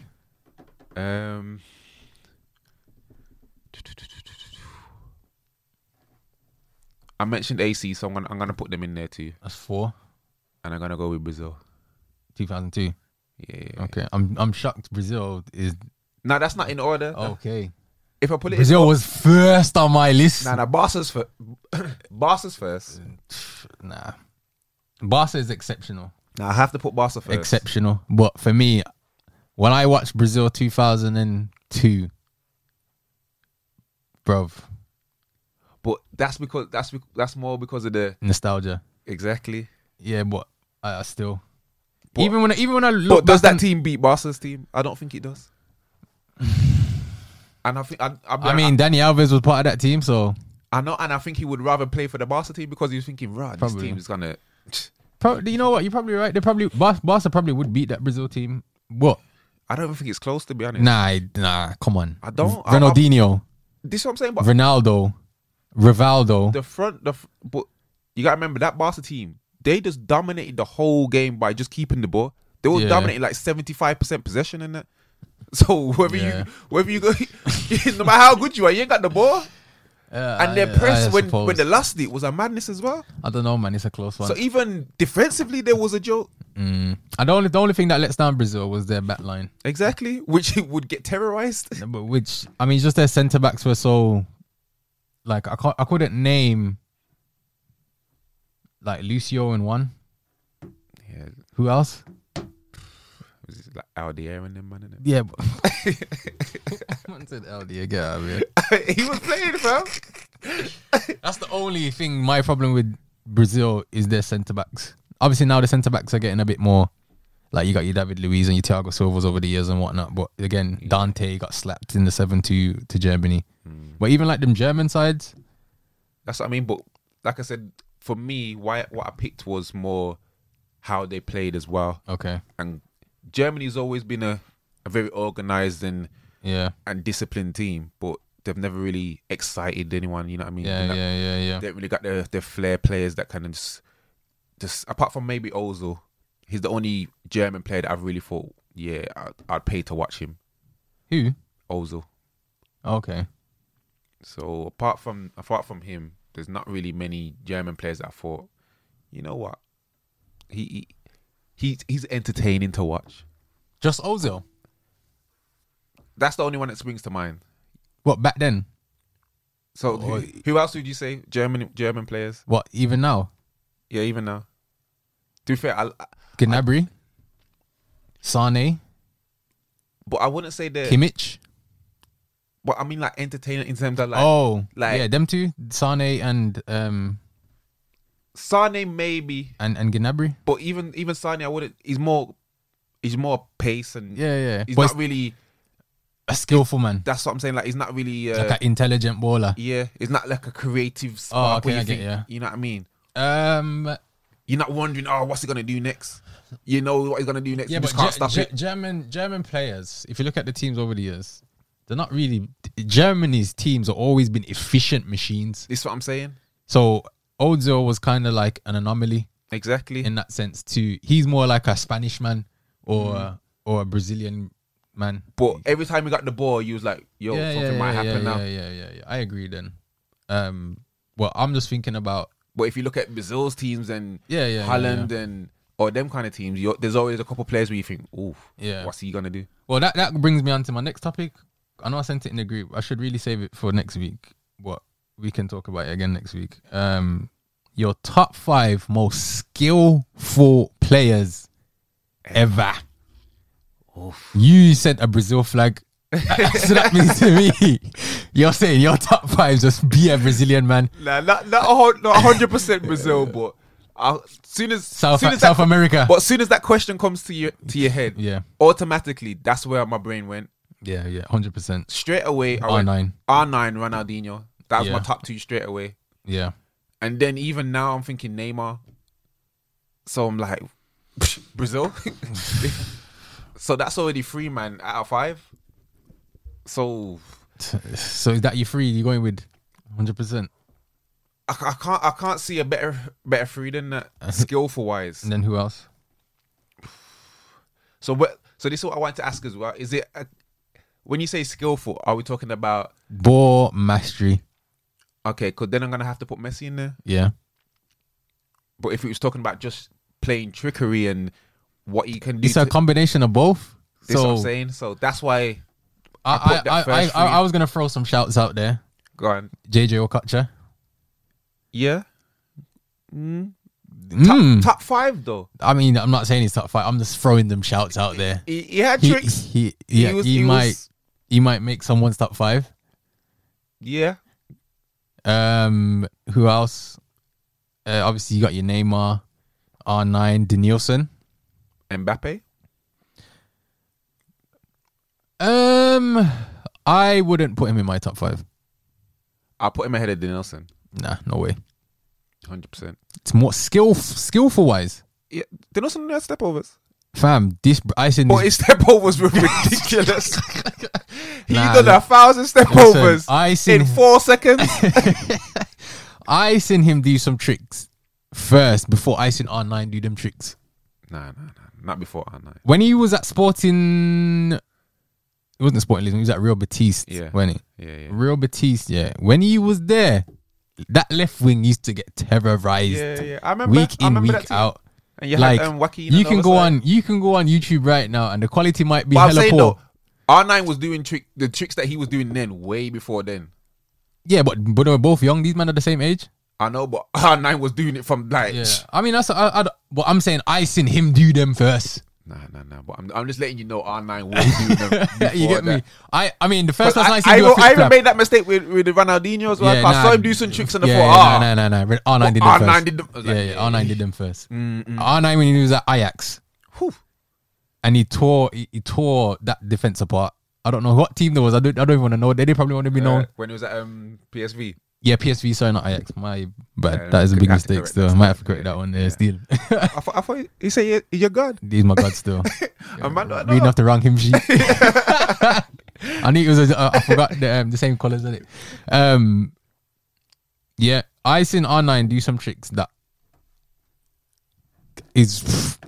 Speaker 2: Um, I mentioned AC, so I'm gonna I'm gonna put them in there too,
Speaker 3: That's four.
Speaker 2: and I'm gonna go with Brazil.
Speaker 3: 2002.
Speaker 2: Yeah.
Speaker 3: Okay, I'm I'm shocked. Brazil is <laughs>
Speaker 2: No, that's not in order.
Speaker 3: okay.
Speaker 2: If I put it,
Speaker 3: Oh. Brazil was first on my list.
Speaker 2: nah, nah, Barca's first. <coughs> Barca's first.
Speaker 3: Nah. Barca is exceptional.
Speaker 2: Nah, I have to put Barca first.
Speaker 3: Exceptional. But for me, when I watched Brazil 2002, bruv,
Speaker 2: but that's because that's bec- that's more because of the
Speaker 3: nostalgia.
Speaker 2: exactly.
Speaker 3: Yeah, but I, I still.
Speaker 2: But-
Speaker 3: even when I, even when I look
Speaker 2: But does
Speaker 3: back
Speaker 2: that
Speaker 3: on-
Speaker 2: team beat Barca's team? I don't think
Speaker 3: <sighs>
Speaker 2: it does. and I think I, I,
Speaker 3: I mean, Danny Alves was part of that team, so
Speaker 2: I know, and I think he would rather play for the Barca team because he was thinking, right, this
Speaker 3: Probably.
Speaker 2: team is gonna.
Speaker 3: probably you know what? You're probably right. They probably Bar- Barca probably would beat that Brazil team. What?
Speaker 2: I don't even think it's close to be honest.
Speaker 3: Nah, I- nah. Come on.
Speaker 2: I don't- I-
Speaker 3: Ronaldinho,
Speaker 2: This is what I'm saying, but
Speaker 3: Ronaldo, Rivaldo.
Speaker 2: the front, the f- but you gotta remember that Barca team. They just dominated the whole game by just keeping the ball. They were
Speaker 3: Yeah.
Speaker 2: dominating like seventy five percent possession in that. <laughs> So whether
Speaker 3: Yeah.
Speaker 2: you whether you go, <laughs> no matter how good you are, you ain't got the ball.
Speaker 3: Uh,
Speaker 2: And their
Speaker 3: I-
Speaker 2: press
Speaker 3: I
Speaker 2: when
Speaker 3: suppose.
Speaker 2: when they lost it was a madness as well.
Speaker 3: I don't know, man. It's a close one.
Speaker 2: So even defensively, there was a joke.
Speaker 3: And the only the only thing that lets down Brazil was their back line.
Speaker 2: Exactly, which it would get terrorized.
Speaker 3: No, But which I mean, just their centre backs were so like I can't, I couldn't name like Lucio and one.
Speaker 2: Yeah,
Speaker 3: Who else?
Speaker 2: was it like Aldier and them man in
Speaker 3: <laughs> Yeah. But Man said LDA, get out of here.
Speaker 2: <laughs> he was playing, fam.
Speaker 3: That's the only thing. My problem with Brazil is their centre backs. Obviously now the centre backs are getting a bit more. Like you got your David Luiz and your Thiago Silva's over the years and whatnot, but again, Dante got slapped in the seven two to Germany. But even like them German sides,
Speaker 2: That's what I mean. But like I said, for me, why what I picked was more how they played as well.
Speaker 3: okay,
Speaker 2: And Germany's always been a, a very organized and
Speaker 3: yeah,
Speaker 2: and disciplined team, but they've never really excited anyone. You know what I mean?
Speaker 3: yeah,
Speaker 2: They're not-
Speaker 3: yeah, yeah, yeah.
Speaker 2: They haven't really got their their flair players that can just just apart from maybe Ozil, he's the only German player that I've really thought, yeah, I'd, I'd pay to watch him.
Speaker 3: Who? Oh,
Speaker 2: Ozil.
Speaker 3: Okay.
Speaker 2: So apart from apart from him, there's not really many German players that I thought, you know what, he, he he's he's entertaining to watch.
Speaker 3: Just Ozil.
Speaker 2: That's the only one that springs to mind.
Speaker 3: What back then?
Speaker 2: So who, who else would you say German German players?
Speaker 3: What even now?
Speaker 2: Yeah, even now. To be fair, I, I-
Speaker 3: Gnabry, Sane,
Speaker 2: but I wouldn't say they're.
Speaker 3: Kimmich.
Speaker 2: But I mean, like entertaining in terms of like
Speaker 3: oh,
Speaker 2: like-
Speaker 3: yeah, them two, Sane and um
Speaker 2: Sane maybe,
Speaker 3: and and Gnabry.
Speaker 2: but even even Sane, I wouldn't. He's more, he's more pace and
Speaker 3: Yeah, yeah.
Speaker 2: He's
Speaker 3: But
Speaker 2: not
Speaker 3: it's
Speaker 2: really.
Speaker 3: a skillful man,
Speaker 2: That's what I'm saying. Like he's not really. Uh,
Speaker 3: like an intelligent baller.
Speaker 2: Yeah, it's not like a creative spark
Speaker 3: Oh, okay,
Speaker 2: where you
Speaker 3: I get
Speaker 2: think,
Speaker 3: ya.
Speaker 2: you know what I mean?
Speaker 3: Um,
Speaker 2: You're not wondering, oh, what's he gonna do next? You know what he's gonna do next.
Speaker 3: yeah,
Speaker 2: you
Speaker 3: but
Speaker 2: just can't
Speaker 3: Ge-
Speaker 2: stop
Speaker 3: Ge-
Speaker 2: it.
Speaker 3: German German players. If you look at the teams over the years, they're not really Germany's teams have always been efficient machines.
Speaker 2: This is what I'm saying.
Speaker 3: So Ozil was kind of like an anomaly.
Speaker 2: Exactly.
Speaker 3: in that sense too. He's more like a Spanish man or
Speaker 2: Mm.
Speaker 3: or a Brazilian man.
Speaker 2: but every time he got the ball, you was like, yo,
Speaker 3: yeah,
Speaker 2: something
Speaker 3: yeah,
Speaker 2: might
Speaker 3: yeah,
Speaker 2: happen
Speaker 3: yeah,
Speaker 2: now.
Speaker 3: yeah, yeah, yeah, yeah. I agree then. Um, well, I'm just thinking about
Speaker 2: But if you look at Brazil's teams and
Speaker 3: Yeah, yeah, yeah,
Speaker 2: Holland and or them kind of teams, you're, there's always a couple players where you think, oof,
Speaker 3: Yeah.
Speaker 2: what's he gonna do?
Speaker 3: well that that brings me on to my next topic. I know I sent it in the group. I should really save it for next week. But we can talk about it again next week. Um, your top five most skillful players ever. You said a Brazil flag. <laughs> so that means to me, you're saying your top five just be a Brazilian man.
Speaker 2: Nah, not not a hun- not hundred percent Brazil, but uh, soon as
Speaker 3: South
Speaker 2: soon as
Speaker 3: South
Speaker 2: that,
Speaker 3: America.
Speaker 2: But soon as that question comes to your to your head,
Speaker 3: Yeah.
Speaker 2: automatically that's where my brain went
Speaker 3: Yeah, yeah, hundred percent.
Speaker 2: straight away. I went
Speaker 3: R9.
Speaker 2: R nine Ronaldinho. That was my
Speaker 3: Yeah.
Speaker 2: top two straight away.
Speaker 3: Yeah,
Speaker 2: And then even now I'm thinking Neymar. So I'm like, Brazil. <laughs> so that's already three, man, out of five. So
Speaker 3: so is that you three? You going with hundred percent?
Speaker 2: I, I can't I can't see a better better three
Speaker 3: <laughs>
Speaker 2: than that skillful wise.
Speaker 3: And then who else?
Speaker 2: So what? So this is what I want to ask as well. Is it a, when you say skillful? Are we talking about
Speaker 3: Ball mastery.
Speaker 2: okay? Because then I'm gonna have to put Messi in there.
Speaker 3: Yeah,
Speaker 2: But if it was talking about just playing trickery and what he can do,
Speaker 3: it's a
Speaker 2: to-
Speaker 3: combination of both.
Speaker 2: this is what I'm
Speaker 3: So
Speaker 2: saying. So that's why.
Speaker 3: I, I,
Speaker 2: put
Speaker 3: I,
Speaker 2: that
Speaker 3: I,
Speaker 2: first
Speaker 3: I,
Speaker 2: three.
Speaker 3: I was gonna throw some shouts out there.
Speaker 2: Go on.
Speaker 3: JJ Okacha.
Speaker 2: Yeah. Hmm.
Speaker 3: Mm.
Speaker 2: Top five though.
Speaker 3: I mean, I'm not saying he's top five. I'm just throwing them shouts out there.
Speaker 2: He, he had
Speaker 3: He,
Speaker 2: tricks.
Speaker 3: he, yeah, he,
Speaker 2: was- he
Speaker 3: might,
Speaker 2: was-
Speaker 3: he might make someone's top five.
Speaker 2: yeah.
Speaker 3: Um, who else? Uh, obviously, you got your Neymar, R9, Danielson.
Speaker 2: Mbappe.
Speaker 3: Um, I wouldn't put him in my top five.
Speaker 2: I'll put him ahead of Nelson.
Speaker 3: Nah, no way.
Speaker 2: Hundred percent.
Speaker 3: It's more skill, skillful wise.
Speaker 2: Yeah. Nelson had stepovers.
Speaker 3: Fam, this I seen
Speaker 2: Boy,
Speaker 3: this.
Speaker 2: his
Speaker 3: <laughs>
Speaker 2: stepovers were ridiculous. he
Speaker 3: Nah,
Speaker 2: done a
Speaker 3: look.
Speaker 2: thousand stepovers
Speaker 3: I
Speaker 2: in
Speaker 3: seen
Speaker 2: four seconds.
Speaker 3: <laughs>
Speaker 2: <laughs>
Speaker 3: I seen him do some tricks first before I seen R9 do them tricks.
Speaker 2: Nah, nah, nah. Not before R nine.
Speaker 3: When he was at Sporting, it wasn't Sporting Lisbon. He was at Real Batiste,
Speaker 2: Yeah.
Speaker 3: wasn't it?
Speaker 2: Yeah, yeah.
Speaker 3: Real Batiste, yeah. When he was there, that left wing used to get terrorized
Speaker 2: Yeah, yeah. I remember.
Speaker 3: week
Speaker 2: I
Speaker 3: in,
Speaker 2: remember that
Speaker 3: week
Speaker 2: team.
Speaker 3: out.
Speaker 2: And you
Speaker 3: like
Speaker 2: had um, Joaquin
Speaker 3: you
Speaker 2: and
Speaker 3: can
Speaker 2: all
Speaker 3: go
Speaker 2: that.
Speaker 3: on, you can go on YouTube right now, and the quality might be
Speaker 2: But I'm
Speaker 3: hella
Speaker 2: saying
Speaker 3: poor.
Speaker 2: though, R nine was doing trick the tricks that he was doing then way before then.
Speaker 3: Yeah, but but they were both young. These men are the same age.
Speaker 2: I know, but <laughs> R nine was doing it from like.
Speaker 3: Yeah, I mean that's I, I, but I'm saying I seen him do them first.
Speaker 2: Nah, nah, nah. But I'm, I'm just letting you know R nine was doing them. before
Speaker 3: <laughs> you get me?
Speaker 2: that.
Speaker 3: I I mean the first
Speaker 2: But
Speaker 3: person I,
Speaker 2: I,
Speaker 3: seen
Speaker 2: I,
Speaker 3: do
Speaker 2: even-
Speaker 3: a
Speaker 2: I
Speaker 3: fist
Speaker 2: even
Speaker 3: clap.
Speaker 2: made that mistake with, with Ronaldinho as well.
Speaker 3: Yeah,
Speaker 2: 'cause I
Speaker 3: nah.
Speaker 2: saw him do some tricks on the
Speaker 3: yeah,
Speaker 2: floor.
Speaker 3: yeah,
Speaker 2: Ah,
Speaker 3: no, no, no, no. R nine did them
Speaker 2: R9
Speaker 3: first.
Speaker 2: did them- I was
Speaker 3: yeah,
Speaker 2: like,
Speaker 3: yeah,
Speaker 2: yeah,
Speaker 3: R nine
Speaker 2: yeah. Mm,
Speaker 3: did them 1st R nine when he was at Ajax,
Speaker 2: whew.
Speaker 3: and he tore he, he tore that defense apart. I don't know what team there was. I don't I don't even want to know. They didn't probably want to be known.
Speaker 2: Uh, when he was at um,
Speaker 3: <laughs>
Speaker 2: PSV.
Speaker 3: Yeah, PSV, sorry, not Ajax. My bad.
Speaker 2: Yeah,
Speaker 3: that is a
Speaker 2: you
Speaker 3: big
Speaker 2: have to
Speaker 3: mistake
Speaker 2: correct
Speaker 3: still.
Speaker 2: that
Speaker 3: I might have to
Speaker 2: stuff.
Speaker 3: correct that one there,
Speaker 2: Yeah.
Speaker 3: still. <laughs>
Speaker 2: I thought, I thought he said, "Yeah, "You're God."
Speaker 3: He's my god still.
Speaker 2: I might not
Speaker 3: Reading
Speaker 2: know.
Speaker 3: off the wrong hymn sheet. <laughs> I knew it was, a, uh, I forgot the, um, the same colours on it. Um, yeah, I seen R9 do some tricks that is.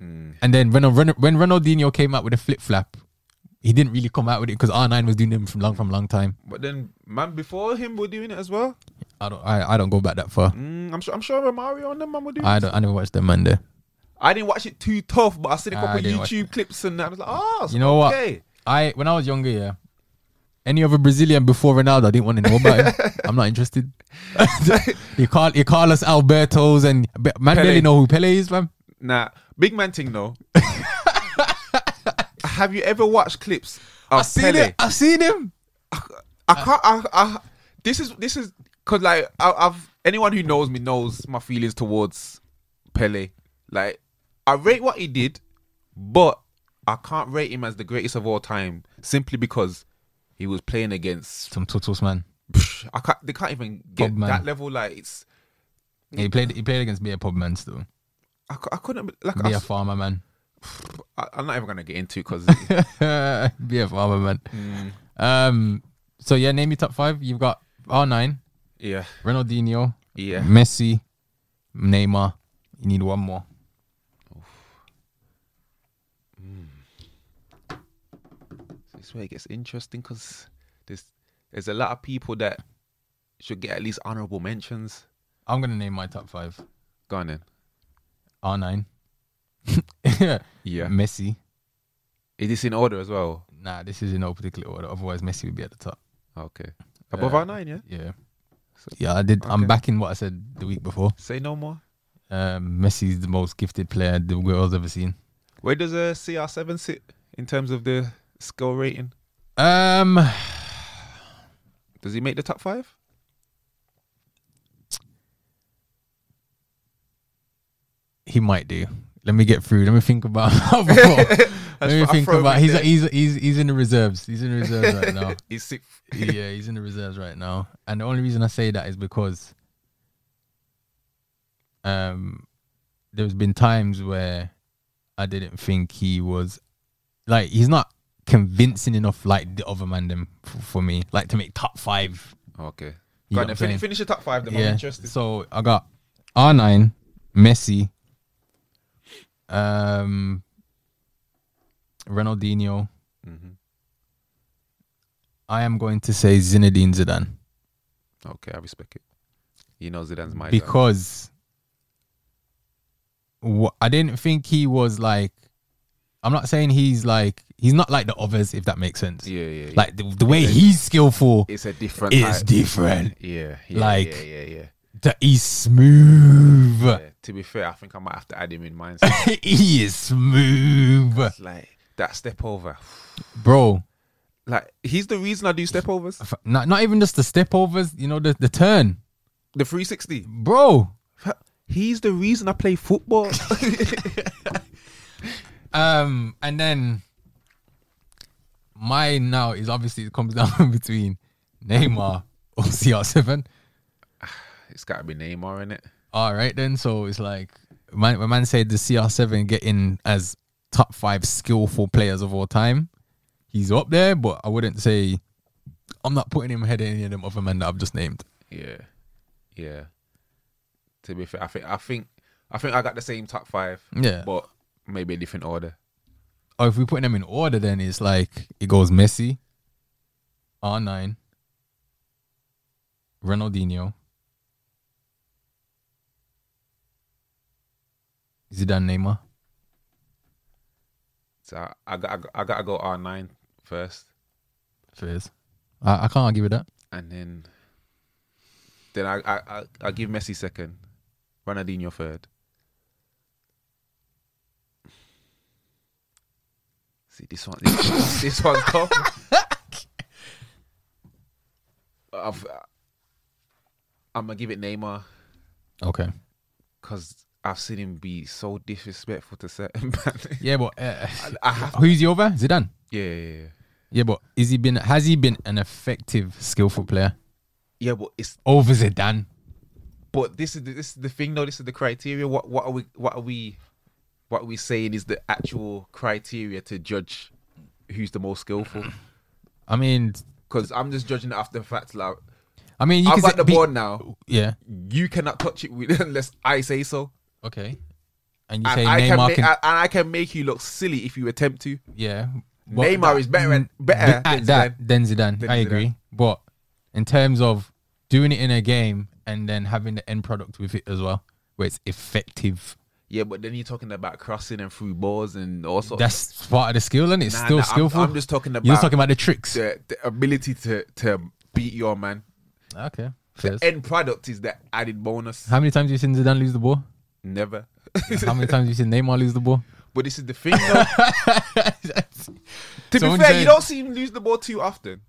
Speaker 3: And then when, a, Ron- when Ronaldinho came out with a flip flap, he didn't really come out with it because R9 was doing them from long from long time.
Speaker 2: But then, man, before him were doing it as well.
Speaker 3: I don't I, I don't go back that far.
Speaker 2: Mm, I'm sure. I'm sure Romario and them man were doing.
Speaker 3: I don't I never watched them man there.
Speaker 2: I didn't watch it too tough, but I seen a
Speaker 3: Nah,
Speaker 2: couple
Speaker 3: Ah, I
Speaker 2: of
Speaker 3: didn't watch
Speaker 2: YouTube clips and I was like, oh,
Speaker 3: You know what?
Speaker 2: okay.
Speaker 3: I when I was younger, yeah. Any other Brazilian before Ronaldo, I didn't want to know about <laughs> him. I'm not interested. you call you call us Albertos and but man
Speaker 2: Pele.
Speaker 3: barely know who Pele is, man.
Speaker 2: Nah, big man thing
Speaker 3: <laughs>
Speaker 2: though. Have you ever watched clips of
Speaker 3: I seen
Speaker 2: Pele?
Speaker 3: it. I seen him.
Speaker 2: I can't. I, I, this is this is because like I, I've anyone who knows me knows my feelings towards Pele. Like I rate what he did, but I can't rate him as the greatest of all time simply because he was playing against.
Speaker 3: Some tutus man.
Speaker 2: I can't. They can't even get
Speaker 3: Pub man.
Speaker 2: that level. Like it's.
Speaker 3: Yeah, he played he played against Beer Pub man still.
Speaker 2: I, cou- I couldn't like I
Speaker 3: Beer
Speaker 2: s-
Speaker 3: Farmer man. <laughs>
Speaker 2: I, I'm not even gonna get into because
Speaker 3: Beer Farmer man. Um so yeah, name your top five. You've got R nine,
Speaker 2: yeah,
Speaker 3: Ronaldinho,
Speaker 2: yeah.
Speaker 3: Messi, Neymar. You need one more.
Speaker 2: This is where it gets interesting because there's there's a lot of people that should get at least honorable mentions.
Speaker 3: I'm gonna name my top five.
Speaker 2: Go on then.
Speaker 3: R nine. <laughs>
Speaker 2: Yeah.
Speaker 3: Messi.
Speaker 2: Is this in order as well?
Speaker 3: Nah, this is in no particular order. Otherwise, Messi would be at the top.
Speaker 2: Okay. Above
Speaker 3: Yeah.
Speaker 2: our nine, yeah.
Speaker 3: Yeah.
Speaker 2: So-
Speaker 3: Yeah, I did. I'm
Speaker 2: Okay.
Speaker 3: backing what I said the week before.
Speaker 2: Say no more.
Speaker 3: Um, Messi's the most gifted player the world's ever seen.
Speaker 2: uh, Where does a CR7 sit in terms of the skill rating?
Speaker 3: Um,
Speaker 2: Does he make the top five?
Speaker 3: he might do. Let me get through. Let me think about. <laughs>
Speaker 2: <laughs>
Speaker 3: Let me
Speaker 2: what I
Speaker 3: think
Speaker 2: throw
Speaker 3: about.
Speaker 2: him
Speaker 3: He's,
Speaker 2: there.
Speaker 3: he's he's he's in the reserves. He's in the reserves right
Speaker 2: <laughs>
Speaker 3: now.
Speaker 2: He's sixth. <laughs>
Speaker 3: yeah, he's in the reserves right now. And the only reason I say that is because um there's been times where I didn't think he was like he's not convincing enough like the other man them for, for me like to make top 5.
Speaker 2: Okay.
Speaker 3: You know
Speaker 2: Go on,
Speaker 3: what I'm
Speaker 2: then.
Speaker 3: saying?
Speaker 2: Finish, finish the top five. Then I'm
Speaker 3: yeah.
Speaker 2: interested.
Speaker 3: So I got R9, Messi, um Ronaldinho.
Speaker 2: Mm-hmm.
Speaker 3: I am going to say Zinedine Zidane.
Speaker 2: okay, I respect it. You know Zidane's my guy.
Speaker 3: because wha- I didn't think he was like. I'm not saying he's like he's not like the others, if that makes sense.
Speaker 2: Yeah, yeah, yeah.
Speaker 3: Like the, the way he's skillful
Speaker 2: it's a different.
Speaker 3: is
Speaker 2: type.
Speaker 3: different.
Speaker 2: Yeah, yeah,
Speaker 3: Like-
Speaker 2: yeah, yeah, yeah,
Speaker 3: That he's smooth.
Speaker 2: yeah. To be fair, I think I might have to add him in mine. <laughs> so
Speaker 3: <laughs> he is smooth,
Speaker 2: it's like that step over. <sighs>
Speaker 3: bro.
Speaker 2: Like he's the reason I do step overs.
Speaker 3: f- Not not even just the step overs. You know the the turn,
Speaker 2: The 360.
Speaker 3: bro.
Speaker 2: He's the reason I play football.
Speaker 3: Um, and then mine now is obviously it comes <laughs> down between Neymar <laughs> or CR7.
Speaker 2: <laughs> it's got to be Neymar in it.
Speaker 3: All right, then. So it's like man, when man said the CR7 getting as top five skillful players of all time, he's up there, but I wouldn't say I'm not putting him ahead of any of them other men that I've just named.
Speaker 2: Yeah, yeah. To be fair, I think I think I think I got the same top five.
Speaker 3: Yeah.
Speaker 2: but maybe a different order.
Speaker 3: Or if we put them in order, then it's like it goes Messi, R9, Ronaldinho, Zidane, Neymar.
Speaker 2: So I, I got I, got- I gotta go R nine first,
Speaker 3: Fizz. I, I can't argue with that.
Speaker 2: and then then I I I, I give Messi second, Ronaldinho third. See this one, this, this one's tough. I've, I'm gonna give it Neymar.
Speaker 3: Okay.
Speaker 2: because I've seen him be so disrespectful to certain <laughs> men.
Speaker 3: Yeah, but uh,
Speaker 2: I have,
Speaker 3: who's the other? Zidane.
Speaker 2: yeah, yeah, yeah.
Speaker 3: Yeah, but is he been? Has he been an effective, skillful player
Speaker 2: Yeah, but it's
Speaker 3: over Zidane?
Speaker 2: but this is the, this is the thing though. This is the criteria. What what are we what are we what are we saying is the actual criteria to judge who's the
Speaker 3: <clears throat>
Speaker 2: most skillful?
Speaker 3: I mean,
Speaker 2: Because I'm just judging it after the fact. Like
Speaker 3: I mean, you
Speaker 2: I've
Speaker 3: can
Speaker 2: got
Speaker 3: say-
Speaker 2: the
Speaker 3: be-
Speaker 2: board
Speaker 3: <clears throat>
Speaker 2: now.
Speaker 3: Yeah.
Speaker 2: You cannot touch it with, <laughs> unless I say so.
Speaker 3: Okay. And you
Speaker 2: And
Speaker 3: say
Speaker 2: I can,
Speaker 3: Neymar
Speaker 2: make,
Speaker 3: can-
Speaker 2: and I can make you look silly if you attempt to.
Speaker 3: yeah. but
Speaker 2: Neymar
Speaker 3: that-
Speaker 2: is better and
Speaker 3: th-
Speaker 2: better
Speaker 3: at
Speaker 2: than
Speaker 3: that
Speaker 2: Zidane.
Speaker 3: than Zidane.
Speaker 2: Than
Speaker 3: I
Speaker 2: Zidane.
Speaker 3: agree, but in terms of doing it in a game and then having the end product with it as well, where it's effective.
Speaker 2: Yeah, but then you're talking about crossing and through balls and all sorts.
Speaker 3: That's part of the skill, and it's
Speaker 2: Nah,
Speaker 3: still
Speaker 2: nah, I'm-
Speaker 3: skillful.
Speaker 2: I'm just talking
Speaker 3: You're
Speaker 2: about-
Speaker 3: talking about the tricks.
Speaker 2: the, the ability to to beat your man.
Speaker 3: Okay. Fairs.
Speaker 2: End product is that added bonus.
Speaker 3: How many times have you seen Zidane lose the ball?
Speaker 2: Never.
Speaker 3: How many times have you seen Neymar lose the ball?
Speaker 2: <laughs> but this is the thing.
Speaker 3: <laughs>
Speaker 2: Though. to
Speaker 3: Someone
Speaker 2: be fair,
Speaker 3: said-
Speaker 2: you don't see him lose the ball too often.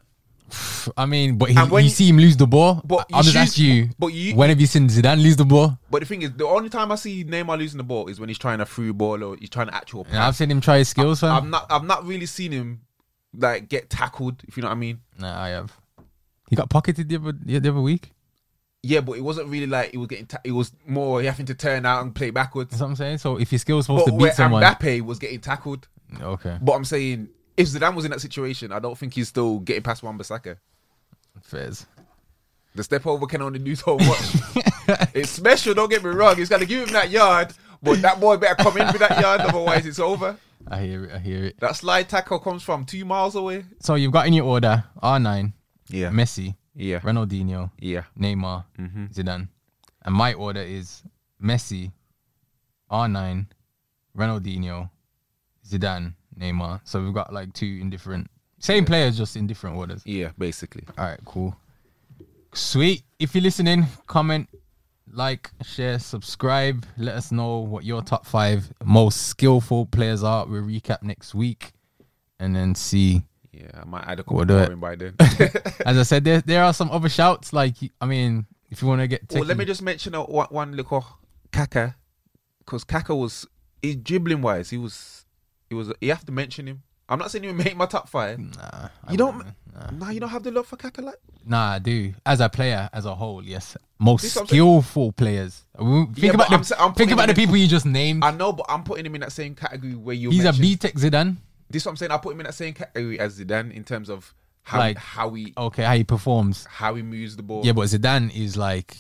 Speaker 3: <laughs> I mean, but he,
Speaker 2: And when
Speaker 3: you
Speaker 2: you-
Speaker 3: see him lose the ball.
Speaker 2: But
Speaker 3: I'll
Speaker 2: you
Speaker 3: just ask
Speaker 2: choose-
Speaker 3: you,
Speaker 2: but you-
Speaker 3: when have you seen Zidane lose the ball?
Speaker 2: But the thing is, the only time I see Neymar losing the ball is when he's trying to through ball or he's trying to actual.
Speaker 3: And I've seen him try his skills, fam.
Speaker 2: I've not. I've not really seen him like get tackled. If you know what I mean.
Speaker 3: Nah, I have. He got pocketed the other the other week.
Speaker 2: Yeah, but it wasn't really like he was getting. Ta- it was more he having to turn out and play backwards.
Speaker 3: That's what I'm saying. So if your skill is supposed
Speaker 2: But
Speaker 3: to
Speaker 2: where
Speaker 3: beat someone,
Speaker 2: Mbappe was getting tackled.
Speaker 3: okay,
Speaker 2: But I'm saying, if Zidane was in that situation, I don't think he's still getting past Wan Bissaka.
Speaker 3: fairs.
Speaker 2: The step over can only do so much.
Speaker 3: <laughs>
Speaker 2: it's special, don't get me wrong. He's got to give him that yard, but that boy better come in with that yard, otherwise it's over.
Speaker 3: I hear it. I hear it.
Speaker 2: That slide tackle comes from two miles away.
Speaker 3: So you've got in your order R9,
Speaker 2: Yeah.
Speaker 3: Messi,
Speaker 2: Yeah.
Speaker 3: Ronaldinho,
Speaker 2: Yeah.
Speaker 3: Neymar,
Speaker 2: Mm-hmm.
Speaker 3: Zidane, and my order is Messi, R9, Ronaldinho, Zidane, Neymar. So we've got like two in different, same players, just in different orders.
Speaker 2: Yeah, basically.
Speaker 3: All right, cool. Sweet. If you're listening, comment, like, share, subscribe. Let us know what your top five most skillful players are. We'll recap next week and then see
Speaker 2: Yeah, I might add a couple
Speaker 3: We'll do
Speaker 2: more
Speaker 3: it.
Speaker 2: in
Speaker 3: <laughs>
Speaker 2: by then.
Speaker 3: As I said, there there are some other shouts. Like I mean, if you want to get,
Speaker 2: <laughs> well, Oh, let
Speaker 3: techie-
Speaker 2: me just mention uh, one, one little Kaka, because Kaka was his dribbling wise, he was, he was. You have to mention him. I'm not saying he would make my top five.
Speaker 3: Nah, uh, I
Speaker 2: You don't-
Speaker 3: wouldn't, Nah.
Speaker 2: Nah, you don't have the love for Kaka like.
Speaker 3: Nah, I do. As a player, as a whole, yes. Most
Speaker 2: This is what I'm saying.
Speaker 3: skillful players. I won't- Think
Speaker 2: Yeah,
Speaker 3: about
Speaker 2: but
Speaker 3: the,
Speaker 2: I'm sa- I'm
Speaker 3: think
Speaker 2: putting
Speaker 3: about the
Speaker 2: him in-
Speaker 3: people you just named.
Speaker 2: I know, but I'm putting him in that same category where you.
Speaker 3: He's a
Speaker 2: mentioned-
Speaker 3: B Tech Zidane.
Speaker 2: This is what I'm saying. I put him in that same category as Zidane in terms of how
Speaker 3: Like-
Speaker 2: how he
Speaker 3: Okay, how he performs.
Speaker 2: how he moves the ball.
Speaker 3: Yeah, but Zidane is like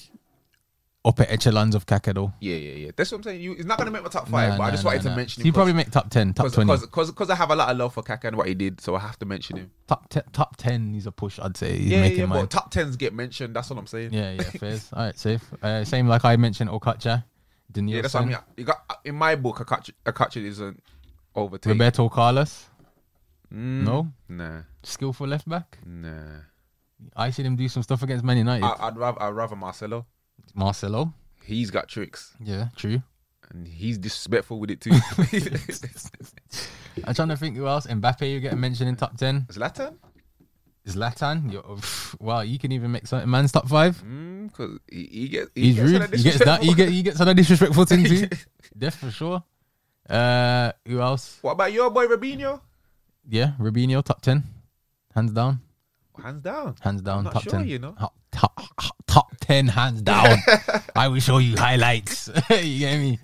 Speaker 3: upper echelons of Kaká though.
Speaker 2: yeah, yeah, yeah. That's what I'm saying. You, he's not gonna make my top five,
Speaker 3: Nah,
Speaker 2: but I
Speaker 3: nah,
Speaker 2: just
Speaker 3: nah,
Speaker 2: wanted
Speaker 3: nah.
Speaker 2: to mention him.
Speaker 3: He probably make top ten, top twenty,
Speaker 2: because I have a lot of love for Kaka and what he did, so I have to mention him.
Speaker 3: top te- top ten. He's a push. I'd say he's
Speaker 2: Yeah,
Speaker 3: making
Speaker 2: yeah,
Speaker 3: mine.
Speaker 2: but top tens get mentioned. That's what I'm saying.
Speaker 3: yeah,
Speaker 2: <laughs>
Speaker 3: yeah, fairs. All right, safe. Uh, same like I mentioned Okacha, Danielson,
Speaker 2: Yeah, that's what I mean. You got in my book, Akachi, Akachi isn't overtaken.
Speaker 3: Roberto Carlos,
Speaker 2: Mm,
Speaker 3: No?
Speaker 2: nah,
Speaker 3: skillful left back.
Speaker 2: nah.
Speaker 3: I seen him do some stuff against Man United.
Speaker 2: I, I'd rather I'd rather Marcelo.
Speaker 3: Marcelo,
Speaker 2: He's got tricks
Speaker 3: yeah, true.
Speaker 2: and he's disrespectful with it <laughs> too.
Speaker 3: <laughs> I'm trying to think who else. Mbappe, you get mentioned in top ten.
Speaker 2: Zlatan,
Speaker 3: Zlatan, you're, wow, you can even make certain man's top five.
Speaker 2: because Hmm, he, he gets he
Speaker 3: He's
Speaker 2: gets
Speaker 3: rude.
Speaker 2: kinda
Speaker 3: He gets that. He
Speaker 2: disrespectful.
Speaker 3: get he gets other disrespectful thing
Speaker 2: <laughs>
Speaker 3: too. Def for sure. Uh, who else?
Speaker 2: What about your boy Robinho?
Speaker 3: Yeah, Rubinho, top ten, hands down,
Speaker 2: Hands down.
Speaker 3: hands down,
Speaker 2: not
Speaker 3: top
Speaker 2: sure,
Speaker 3: ten.
Speaker 2: you know.
Speaker 3: Top, top, top ten, hands
Speaker 2: <laughs>
Speaker 3: down. I will show you highlights. <laughs> you get me?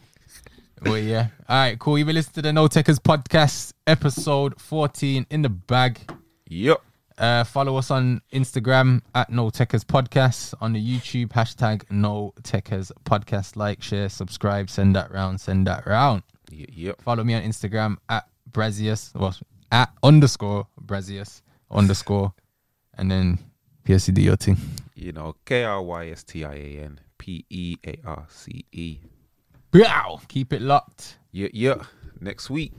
Speaker 3: But yeah, all right, cool. You've been listening to the No Techers podcast, episode fourteen in the bag.
Speaker 2: Yep.
Speaker 3: Uh, follow us on Instagram at No Techers Podcast, on the YouTube hashtag No Techers Podcast. Like, share, subscribe, send that round, send that round.
Speaker 2: Y- Yep.
Speaker 3: Follow me on Instagram at Brazius, well, at underscore Brazius underscore, and then PSCD your thing.
Speaker 2: You know, K R Y S T I A N P E A R C E.
Speaker 3: Wow. Keep it locked.
Speaker 2: Yeah, yeah. Next week.